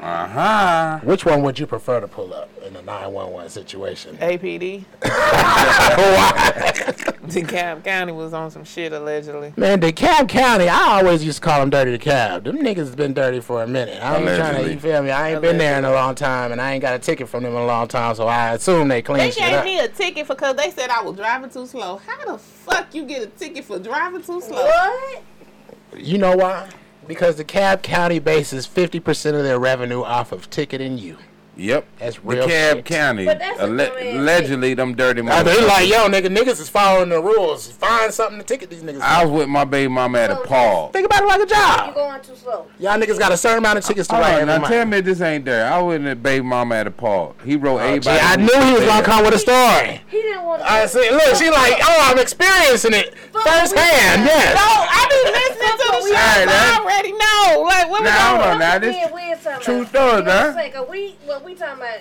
[SPEAKER 5] Uh huh.
[SPEAKER 2] Which one would you prefer to pull up in a 911 situation?
[SPEAKER 4] APD.
[SPEAKER 2] Why?
[SPEAKER 4] DeKalb County was on some shit allegedly.
[SPEAKER 2] Man, DeKalb County, I always used to call them Dirty DeKalb. Them niggas has been dirty for a minute. I'm trying to,
[SPEAKER 5] Allegedly.
[SPEAKER 2] you feel me? I ain't been there in a long time, and I ain't got a ticket from them in a long time, so I assume they clean
[SPEAKER 4] They
[SPEAKER 2] shit
[SPEAKER 4] gave
[SPEAKER 2] up.
[SPEAKER 4] me a ticket because they said I was driving too slow. How the fuck you get a ticket for driving too slow?
[SPEAKER 6] What?
[SPEAKER 2] You know why? Because DeKalb County bases 50% of their revenue off of ticketing you.
[SPEAKER 5] Yep.
[SPEAKER 2] That's real
[SPEAKER 5] DeKalb
[SPEAKER 2] shit.
[SPEAKER 5] County.
[SPEAKER 6] But that's a
[SPEAKER 5] alle-
[SPEAKER 6] real shit.
[SPEAKER 5] Allegedly, them dirty
[SPEAKER 2] Uh, they
[SPEAKER 5] motherfuckers.
[SPEAKER 2] like, yo, nigga, niggas is following the rules. Find something to ticket these niggas.
[SPEAKER 5] I was with my baby mama at a Paul.
[SPEAKER 2] Think about it like a
[SPEAKER 6] You
[SPEAKER 2] job.
[SPEAKER 6] going too slow.
[SPEAKER 2] Y'all niggas got a certain amount of tickets to
[SPEAKER 5] Hold
[SPEAKER 2] write
[SPEAKER 5] on,
[SPEAKER 2] every
[SPEAKER 5] now tell
[SPEAKER 2] month.
[SPEAKER 5] me this ain't there. I was with baby mama at a Paul. He wrote
[SPEAKER 2] Oh, gee,
[SPEAKER 5] everybody.
[SPEAKER 2] I
[SPEAKER 5] who
[SPEAKER 2] knew he was
[SPEAKER 5] there.
[SPEAKER 2] gonna come with a story.
[SPEAKER 6] He didn't want to.
[SPEAKER 2] I see. Look, she like, oh, I'm experiencing it firsthand.
[SPEAKER 4] No,
[SPEAKER 2] Yes.
[SPEAKER 4] I be listening to the show.
[SPEAKER 5] Alright,
[SPEAKER 4] I
[SPEAKER 5] that-
[SPEAKER 4] already know. Like, what we
[SPEAKER 5] Now,
[SPEAKER 4] going
[SPEAKER 5] hold on, now this
[SPEAKER 6] Me and Wiz talking about-
[SPEAKER 5] true
[SPEAKER 6] You know
[SPEAKER 5] story,
[SPEAKER 6] what I'm
[SPEAKER 5] huh?
[SPEAKER 6] saying? 'Cause we, well, we talking about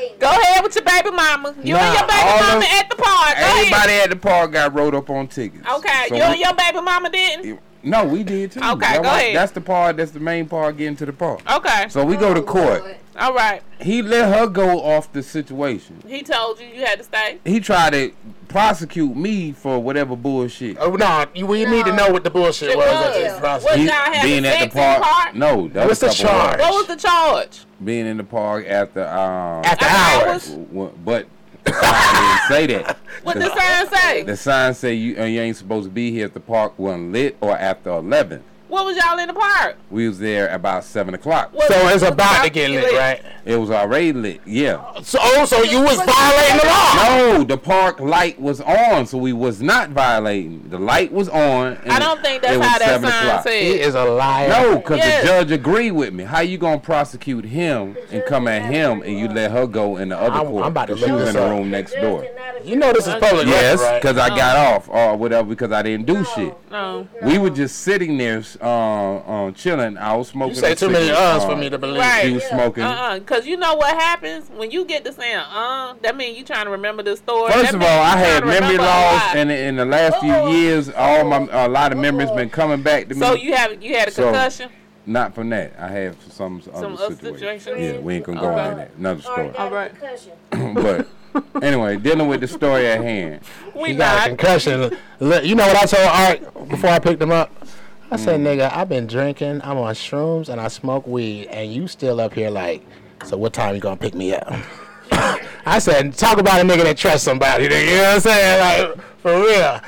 [SPEAKER 6] eight.
[SPEAKER 4] Go ahead with your baby mama. You
[SPEAKER 2] Nah,
[SPEAKER 4] and your
[SPEAKER 5] all
[SPEAKER 4] baby mama
[SPEAKER 5] them-
[SPEAKER 4] at the park. Go ahead.
[SPEAKER 5] Everybody at the park got rolled up on tickets.
[SPEAKER 4] Okay,
[SPEAKER 5] So
[SPEAKER 4] you and
[SPEAKER 5] we-
[SPEAKER 4] your baby mama didn't?
[SPEAKER 5] No, we did too.
[SPEAKER 4] Okay,
[SPEAKER 5] That
[SPEAKER 4] go
[SPEAKER 5] was-
[SPEAKER 4] ahead.
[SPEAKER 5] That's the part. That's the main part. Getting to the park.
[SPEAKER 4] Okay.
[SPEAKER 5] So we go to
[SPEAKER 6] Oh,
[SPEAKER 5] court.
[SPEAKER 6] Lord.
[SPEAKER 4] All right.
[SPEAKER 5] He let her go off the situation.
[SPEAKER 4] He told you you had to stay.
[SPEAKER 5] He tried to prosecute me for whatever bullshit.
[SPEAKER 2] Oh no, you, we need to know what the bullshit
[SPEAKER 4] It
[SPEAKER 2] was.
[SPEAKER 4] was.
[SPEAKER 2] that you processed.
[SPEAKER 4] What
[SPEAKER 5] He-
[SPEAKER 4] y'all had
[SPEAKER 5] being
[SPEAKER 4] sex
[SPEAKER 5] at
[SPEAKER 4] in
[SPEAKER 5] the park.
[SPEAKER 4] No.
[SPEAKER 5] No, that
[SPEAKER 2] What's the
[SPEAKER 5] was a couple
[SPEAKER 2] charge?
[SPEAKER 5] hours.
[SPEAKER 4] What was the charge?
[SPEAKER 5] Being in the park after um.
[SPEAKER 2] After
[SPEAKER 4] After
[SPEAKER 2] hours.
[SPEAKER 5] w- w- but I didn't say that.
[SPEAKER 4] What the sign say?
[SPEAKER 5] The sign say you uh, you ain't supposed to be here if the park wasn't lit or after eleven.
[SPEAKER 4] What was y'all in the park?
[SPEAKER 5] We was there about seven o'clock.
[SPEAKER 4] What-
[SPEAKER 2] So it's
[SPEAKER 4] what
[SPEAKER 2] about to get lit, right?
[SPEAKER 5] It was already lit. Yeah.
[SPEAKER 2] So, oh, so you was violating the law.
[SPEAKER 5] No, the park light was on, so we was not violating. The light was on. And
[SPEAKER 4] I don't think
[SPEAKER 5] it
[SPEAKER 4] that's
[SPEAKER 5] was
[SPEAKER 4] how that
[SPEAKER 5] seven
[SPEAKER 4] sign
[SPEAKER 5] o'clock.
[SPEAKER 2] He
[SPEAKER 4] said.
[SPEAKER 2] is a liar.
[SPEAKER 5] No, because
[SPEAKER 4] Yes.
[SPEAKER 5] the judge agreed with me. How you gonna prosecute him and come at him and you let her go in the other
[SPEAKER 2] I'm-
[SPEAKER 5] court?
[SPEAKER 2] I'm about to
[SPEAKER 5] 'cause she
[SPEAKER 2] look
[SPEAKER 5] was
[SPEAKER 2] this
[SPEAKER 5] in the
[SPEAKER 2] up.
[SPEAKER 5] room next door.
[SPEAKER 2] You know this is public
[SPEAKER 5] Yes,
[SPEAKER 2] record, right?
[SPEAKER 5] because I got off or whatever because I didn't do shit.
[SPEAKER 4] No.
[SPEAKER 5] We were just sitting there, uh, uh, chilling. I was smoking.
[SPEAKER 2] You say
[SPEAKER 5] a
[SPEAKER 2] too many
[SPEAKER 5] cigarette,
[SPEAKER 2] uhs
[SPEAKER 5] uh,
[SPEAKER 2] for me to believe.
[SPEAKER 4] Right.
[SPEAKER 5] She was
[SPEAKER 6] Yeah.
[SPEAKER 5] smoking.
[SPEAKER 4] Uh-uh, because you know what happens when you get to saying, uh, that means you trying to remember the story.
[SPEAKER 5] First
[SPEAKER 4] That
[SPEAKER 5] of all,
[SPEAKER 4] mean you
[SPEAKER 5] I
[SPEAKER 4] trying
[SPEAKER 5] had
[SPEAKER 4] to
[SPEAKER 5] memory
[SPEAKER 4] remember a
[SPEAKER 5] loss,
[SPEAKER 4] lot.
[SPEAKER 5] and in the last few
[SPEAKER 6] Uh-oh.
[SPEAKER 5] years, all my a lot of memories been coming back to me.
[SPEAKER 4] So you have you had a
[SPEAKER 5] So-
[SPEAKER 4] concussion.
[SPEAKER 5] Not from that. I have some, other
[SPEAKER 4] other
[SPEAKER 5] situation.
[SPEAKER 4] situations?
[SPEAKER 5] Yeah, we ain't gonna go into that. Another story.
[SPEAKER 6] All
[SPEAKER 4] Alright.
[SPEAKER 6] right.
[SPEAKER 5] but anyway, dealing with the story at hand.
[SPEAKER 4] we
[SPEAKER 2] He got a
[SPEAKER 4] not.
[SPEAKER 2] concussion. Look, you know what I told Art before I picked him up? I said,
[SPEAKER 4] Mm.
[SPEAKER 2] nigga, I've been drinking, I'm on shrooms, and I smoke weed, and you still up here like, so what time you gonna pick me up? I said, talk about a nigga that trusts somebody, nigga. You know what I'm saying? Like, for real.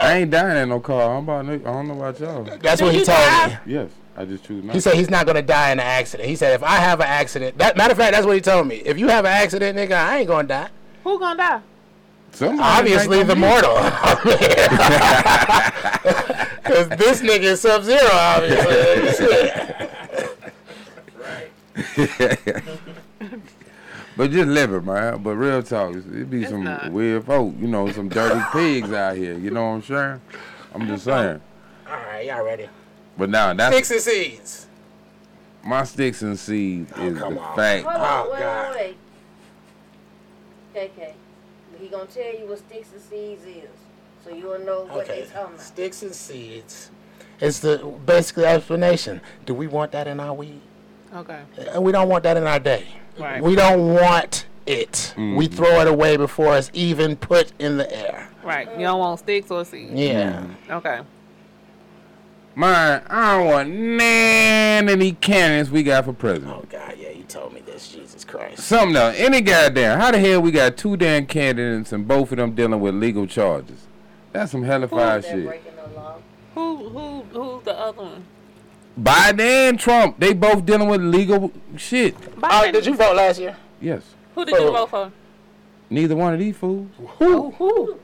[SPEAKER 5] I ain't dying in no car. I'm about. to- I don't know about y'all.
[SPEAKER 2] That's what
[SPEAKER 4] Did
[SPEAKER 2] he
[SPEAKER 4] you
[SPEAKER 2] told me.
[SPEAKER 4] drive?
[SPEAKER 5] Yes, I just choose not.
[SPEAKER 2] He said he's not gonna die in an accident. He said if I have an accident, that matter of fact, that's what he told me. If you have an accident, nigga, I ain't gonna die.
[SPEAKER 4] Who gonna die?
[SPEAKER 5] Somebody
[SPEAKER 2] Obviously,
[SPEAKER 5] might
[SPEAKER 2] the
[SPEAKER 5] be-
[SPEAKER 2] mortal. Because this nigga is sub zero, obviously.
[SPEAKER 5] But just live it, man. But real talk, it be some
[SPEAKER 4] not.
[SPEAKER 5] weird folk, you know, some dirty pigs out here. You know what I'm saying? I'm just saying.
[SPEAKER 2] All right, y'all ready?
[SPEAKER 5] But now that's
[SPEAKER 2] Sticks and seeds.
[SPEAKER 5] my sticks and seeds is
[SPEAKER 2] Oh, come
[SPEAKER 5] the
[SPEAKER 2] on.
[SPEAKER 5] fact.
[SPEAKER 6] Hold on,
[SPEAKER 2] Oh,
[SPEAKER 6] wait,
[SPEAKER 2] God.
[SPEAKER 6] wait, wait. KK, he gonna tell you what sticks and seeds is, so you'll know what they
[SPEAKER 2] Okay.
[SPEAKER 6] talking about.
[SPEAKER 2] Sticks and seeds. It's the basic explanation. Do we want that in our weed?
[SPEAKER 4] Okay.
[SPEAKER 2] Uh, We don't want that in our day.
[SPEAKER 4] Right.
[SPEAKER 2] We don't want it. We throw it away before it's even put in the air.
[SPEAKER 4] Right. You don't want sticks or seeds.
[SPEAKER 2] Yeah.
[SPEAKER 4] Okay.
[SPEAKER 5] Mine, I don't want none of these cannons we got for president.
[SPEAKER 2] Oh God, yeah, you told me this. Jesus Christ.
[SPEAKER 5] Something else, any goddamn. How the hell we got two damn candidates and both of them dealing with legal charges? That's some hellified
[SPEAKER 6] They're
[SPEAKER 5] shit.
[SPEAKER 6] breaking the law.
[SPEAKER 4] Who who who's the other one?
[SPEAKER 5] Biden and Trump, they both dealing with legal shit.
[SPEAKER 2] All right, did you vote last year?
[SPEAKER 5] Yes.
[SPEAKER 4] Who did you vote for?
[SPEAKER 5] Neither one of these fools.
[SPEAKER 4] Who? Who?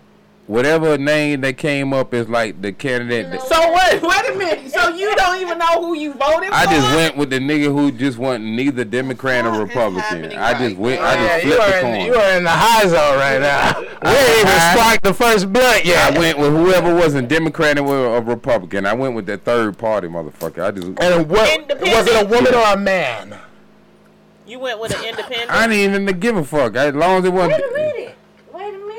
[SPEAKER 5] Whatever name that came up is like the candidate. That,
[SPEAKER 4] So wait, wait a minute. So you don't even know who you voted for?
[SPEAKER 5] I just went with the nigga who just wasn't neither Democrat or
[SPEAKER 4] What is
[SPEAKER 5] Republican.
[SPEAKER 4] happening
[SPEAKER 5] I just
[SPEAKER 4] right
[SPEAKER 5] went.
[SPEAKER 4] now?
[SPEAKER 5] I
[SPEAKER 2] Yeah,
[SPEAKER 5] just
[SPEAKER 2] you
[SPEAKER 5] flipped
[SPEAKER 2] are,
[SPEAKER 5] the
[SPEAKER 2] in,
[SPEAKER 5] coin.
[SPEAKER 2] you are in the high zone right now. we ain't even
[SPEAKER 5] high.
[SPEAKER 2] sparked the first blunt
[SPEAKER 5] I
[SPEAKER 2] yet.
[SPEAKER 5] went with whoever wasn't Democrat and or Republican. I went with that third party motherfucker. I just
[SPEAKER 2] And what
[SPEAKER 4] Independent.
[SPEAKER 2] was it a woman or a man?
[SPEAKER 4] You went with an independent.
[SPEAKER 5] I didn't even give a fuck. As long as it
[SPEAKER 6] Wait
[SPEAKER 5] wasn't.
[SPEAKER 6] a minute. Wait a minute.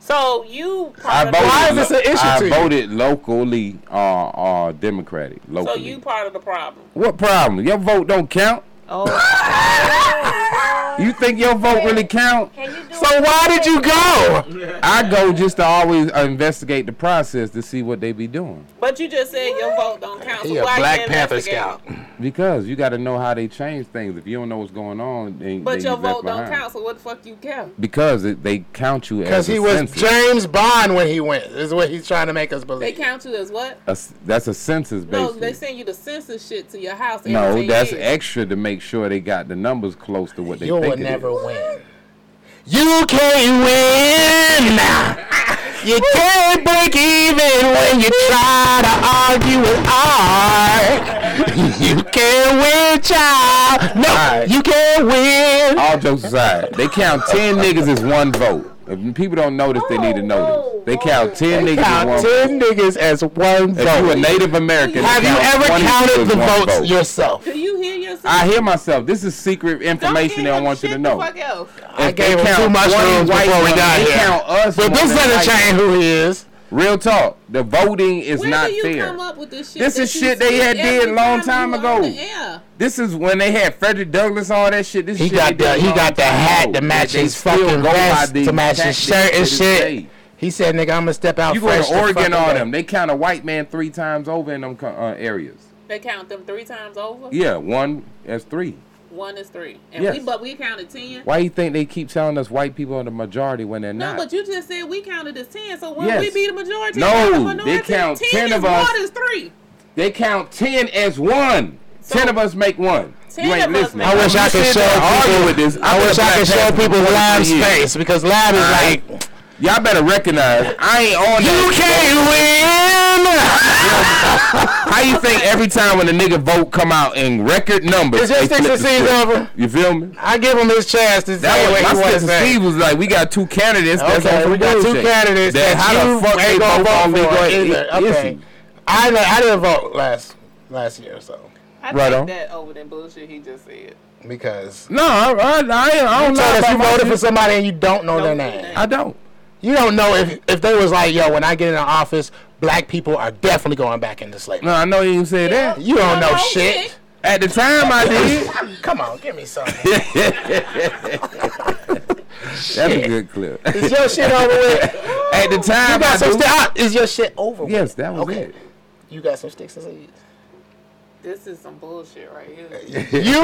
[SPEAKER 4] so you
[SPEAKER 5] I
[SPEAKER 4] part of
[SPEAKER 5] voted.
[SPEAKER 4] the
[SPEAKER 2] Why is this
[SPEAKER 5] lo-
[SPEAKER 2] an issue
[SPEAKER 5] I
[SPEAKER 2] to you?
[SPEAKER 5] voted locally, uh, uh, Democratic.
[SPEAKER 4] So
[SPEAKER 5] Locally.
[SPEAKER 4] you part of the problem.
[SPEAKER 5] what problem? Your vote don't count.
[SPEAKER 4] Oh,
[SPEAKER 5] You think your vote really count?
[SPEAKER 6] Can you do
[SPEAKER 2] So why did you go?
[SPEAKER 5] I go just to always uh, investigate the process to see what they be doing.
[SPEAKER 4] but you just said your vote don't count.
[SPEAKER 2] He
[SPEAKER 4] so
[SPEAKER 2] a
[SPEAKER 4] why you
[SPEAKER 2] Black Panther
[SPEAKER 4] investigate?
[SPEAKER 2] scout.
[SPEAKER 5] Because you got to know how they change things. If you don't know what's going on, then,
[SPEAKER 4] But
[SPEAKER 5] then
[SPEAKER 4] your
[SPEAKER 5] you left
[SPEAKER 4] vote don't
[SPEAKER 5] behind.
[SPEAKER 4] count. So what the fuck you care?
[SPEAKER 5] Because it, they count you as
[SPEAKER 2] Because
[SPEAKER 5] a
[SPEAKER 2] he was
[SPEAKER 5] census.
[SPEAKER 2] James Bond when he went. Is what he's trying to make us
[SPEAKER 4] They
[SPEAKER 2] believe.
[SPEAKER 4] count you as what?
[SPEAKER 5] A s- that's a census
[SPEAKER 4] No,
[SPEAKER 5] based.
[SPEAKER 4] they send you the census shit to your house. every
[SPEAKER 5] No,
[SPEAKER 4] 10
[SPEAKER 5] that's
[SPEAKER 4] years.
[SPEAKER 5] extra to make sure they got the numbers close to what they
[SPEAKER 2] You will
[SPEAKER 5] think it
[SPEAKER 2] never
[SPEAKER 5] is.
[SPEAKER 2] win. You can't win. You can't break even when you try to argue with art. You can't win, child. No,
[SPEAKER 5] Alright.
[SPEAKER 2] you can't win.
[SPEAKER 5] All jokes aside, they count ten niggas as one vote. If people don't notice, they need to
[SPEAKER 6] Oh,
[SPEAKER 5] notice.
[SPEAKER 6] whoa,
[SPEAKER 5] they
[SPEAKER 6] whoa.
[SPEAKER 5] count ten niggas as one
[SPEAKER 2] Count
[SPEAKER 5] vote.
[SPEAKER 2] ten niggas as one
[SPEAKER 5] If you a
[SPEAKER 2] vote.
[SPEAKER 5] Native American,
[SPEAKER 2] Have
[SPEAKER 5] they
[SPEAKER 2] you
[SPEAKER 5] count
[SPEAKER 2] ever
[SPEAKER 5] 20 as
[SPEAKER 2] counted the
[SPEAKER 5] one
[SPEAKER 2] votes
[SPEAKER 5] vote.
[SPEAKER 2] yourself?
[SPEAKER 4] Do you hear yourself?
[SPEAKER 5] I hear myself. This is secret
[SPEAKER 4] Don't
[SPEAKER 5] information they
[SPEAKER 4] give
[SPEAKER 5] don't
[SPEAKER 4] him
[SPEAKER 5] want you
[SPEAKER 4] shit
[SPEAKER 5] to
[SPEAKER 4] the
[SPEAKER 5] know.
[SPEAKER 4] fuck else.
[SPEAKER 2] I
[SPEAKER 5] If
[SPEAKER 2] gave
[SPEAKER 5] they
[SPEAKER 2] him
[SPEAKER 5] count
[SPEAKER 2] two
[SPEAKER 5] 20
[SPEAKER 2] mushrooms
[SPEAKER 5] white
[SPEAKER 2] before we
[SPEAKER 5] ones,
[SPEAKER 2] got
[SPEAKER 5] they
[SPEAKER 2] here.
[SPEAKER 5] count us
[SPEAKER 2] But
[SPEAKER 5] more
[SPEAKER 2] this
[SPEAKER 5] than white
[SPEAKER 2] doesn't change
[SPEAKER 5] people.
[SPEAKER 2] who he is.
[SPEAKER 5] Real talk. The voting is
[SPEAKER 4] Where
[SPEAKER 5] not
[SPEAKER 4] do you
[SPEAKER 5] fair.
[SPEAKER 4] come up with this shit?
[SPEAKER 5] This
[SPEAKER 4] that
[SPEAKER 5] is
[SPEAKER 4] you
[SPEAKER 5] shit they
[SPEAKER 4] see
[SPEAKER 5] had did
[SPEAKER 4] every
[SPEAKER 5] long time
[SPEAKER 4] time you on
[SPEAKER 5] ago.
[SPEAKER 4] the air?
[SPEAKER 5] This is when they had Frederick Douglass, all that shit. This
[SPEAKER 2] He
[SPEAKER 5] shit
[SPEAKER 2] got
[SPEAKER 5] they
[SPEAKER 2] the
[SPEAKER 5] did
[SPEAKER 2] he
[SPEAKER 5] long
[SPEAKER 2] got the
[SPEAKER 5] time
[SPEAKER 2] hat
[SPEAKER 5] ago.
[SPEAKER 2] to match
[SPEAKER 5] They
[SPEAKER 2] his
[SPEAKER 5] still
[SPEAKER 2] fucking
[SPEAKER 5] go by
[SPEAKER 2] vest
[SPEAKER 5] these
[SPEAKER 2] to match his
[SPEAKER 5] tactics
[SPEAKER 2] shirt
[SPEAKER 5] to
[SPEAKER 2] and
[SPEAKER 5] this
[SPEAKER 2] shit.
[SPEAKER 5] day.
[SPEAKER 2] He said, "Nigga, I'm gonna step out."
[SPEAKER 5] You go
[SPEAKER 2] fresh
[SPEAKER 5] to
[SPEAKER 2] the
[SPEAKER 5] Oregon,
[SPEAKER 2] fucking
[SPEAKER 5] all
[SPEAKER 2] day.
[SPEAKER 5] them. They count a white man three times over in them co- uh, areas.
[SPEAKER 4] They count them three times over.
[SPEAKER 5] Yeah, one as three.
[SPEAKER 4] One is three, and
[SPEAKER 5] Yes.
[SPEAKER 4] we but we counted ten.
[SPEAKER 5] Why you think they keep telling us white people are the majority when they're
[SPEAKER 4] No,
[SPEAKER 5] not?
[SPEAKER 4] but you just said we counted as ten. So when
[SPEAKER 5] Yes.
[SPEAKER 4] we be the majority,
[SPEAKER 5] No,
[SPEAKER 4] not the
[SPEAKER 5] they
[SPEAKER 4] minority,
[SPEAKER 5] count
[SPEAKER 4] ten,
[SPEAKER 5] 10
[SPEAKER 4] is
[SPEAKER 5] of us.
[SPEAKER 4] More than three.
[SPEAKER 5] They count ten as one. ten of us make one.
[SPEAKER 4] Ten
[SPEAKER 5] you ain't
[SPEAKER 4] of us
[SPEAKER 5] listening.
[SPEAKER 4] make
[SPEAKER 2] I wish I could
[SPEAKER 5] Sit
[SPEAKER 2] show
[SPEAKER 5] there and argue
[SPEAKER 2] people.
[SPEAKER 5] with this.
[SPEAKER 2] I
[SPEAKER 5] I've
[SPEAKER 2] wish
[SPEAKER 5] been
[SPEAKER 2] I could
[SPEAKER 5] a black
[SPEAKER 2] show
[SPEAKER 5] pastor
[SPEAKER 2] people
[SPEAKER 5] for 22
[SPEAKER 2] live
[SPEAKER 5] years.
[SPEAKER 2] space because live is like
[SPEAKER 5] Y'all better recognize I ain't on that.
[SPEAKER 2] you can't win.
[SPEAKER 5] How you think every time when a nigga vote come out in record numbers?
[SPEAKER 2] Is this
[SPEAKER 5] they flip
[SPEAKER 2] Sixers
[SPEAKER 5] the
[SPEAKER 2] season
[SPEAKER 5] script?
[SPEAKER 2] over?
[SPEAKER 5] You feel me?
[SPEAKER 2] I give him his chance to
[SPEAKER 5] That
[SPEAKER 2] say what
[SPEAKER 5] was
[SPEAKER 2] he
[SPEAKER 5] my
[SPEAKER 2] wants to
[SPEAKER 5] sister
[SPEAKER 2] say.
[SPEAKER 5] Steve was like, we got two candidates. that's
[SPEAKER 2] Okay,
[SPEAKER 5] on
[SPEAKER 2] we got two
[SPEAKER 5] bullshit.
[SPEAKER 2] candidates
[SPEAKER 5] That
[SPEAKER 2] that,
[SPEAKER 5] how
[SPEAKER 2] you
[SPEAKER 5] the fuck they
[SPEAKER 2] ain't gonna
[SPEAKER 5] both
[SPEAKER 2] vote
[SPEAKER 5] on me
[SPEAKER 2] for
[SPEAKER 5] going
[SPEAKER 2] either.
[SPEAKER 5] i-
[SPEAKER 2] Okay,
[SPEAKER 5] issue.
[SPEAKER 2] I know, I didn't vote last last year, so
[SPEAKER 4] I
[SPEAKER 5] Right
[SPEAKER 4] take
[SPEAKER 5] on.
[SPEAKER 4] that over that bullshit he just said.
[SPEAKER 2] because
[SPEAKER 5] No, I, I, I, I
[SPEAKER 2] you
[SPEAKER 5] don't know.
[SPEAKER 2] told us
[SPEAKER 5] about
[SPEAKER 2] you
[SPEAKER 5] my
[SPEAKER 2] voted
[SPEAKER 5] shit.
[SPEAKER 2] for somebody and you don't know their
[SPEAKER 4] Don't do
[SPEAKER 2] name.
[SPEAKER 4] that.
[SPEAKER 5] I don't.
[SPEAKER 2] You don't know if if they was like, yo, when I get in the office, black people are definitely going back into
[SPEAKER 5] No,
[SPEAKER 2] slavery.
[SPEAKER 5] I know you didn't say that.
[SPEAKER 2] You don't know
[SPEAKER 4] Alright,
[SPEAKER 2] shit.
[SPEAKER 5] At the time, I did.
[SPEAKER 2] Come on, give me something.
[SPEAKER 5] That's a good clip. At
[SPEAKER 2] Is your shit over with?
[SPEAKER 5] the
[SPEAKER 2] You
[SPEAKER 5] time, I
[SPEAKER 2] got some
[SPEAKER 5] do.
[SPEAKER 2] sti- ah, Is your shit over with?
[SPEAKER 5] Yes, that was
[SPEAKER 2] Okay.
[SPEAKER 5] it.
[SPEAKER 2] You got some sticks and seeds.
[SPEAKER 4] This is some bullshit right here.
[SPEAKER 2] You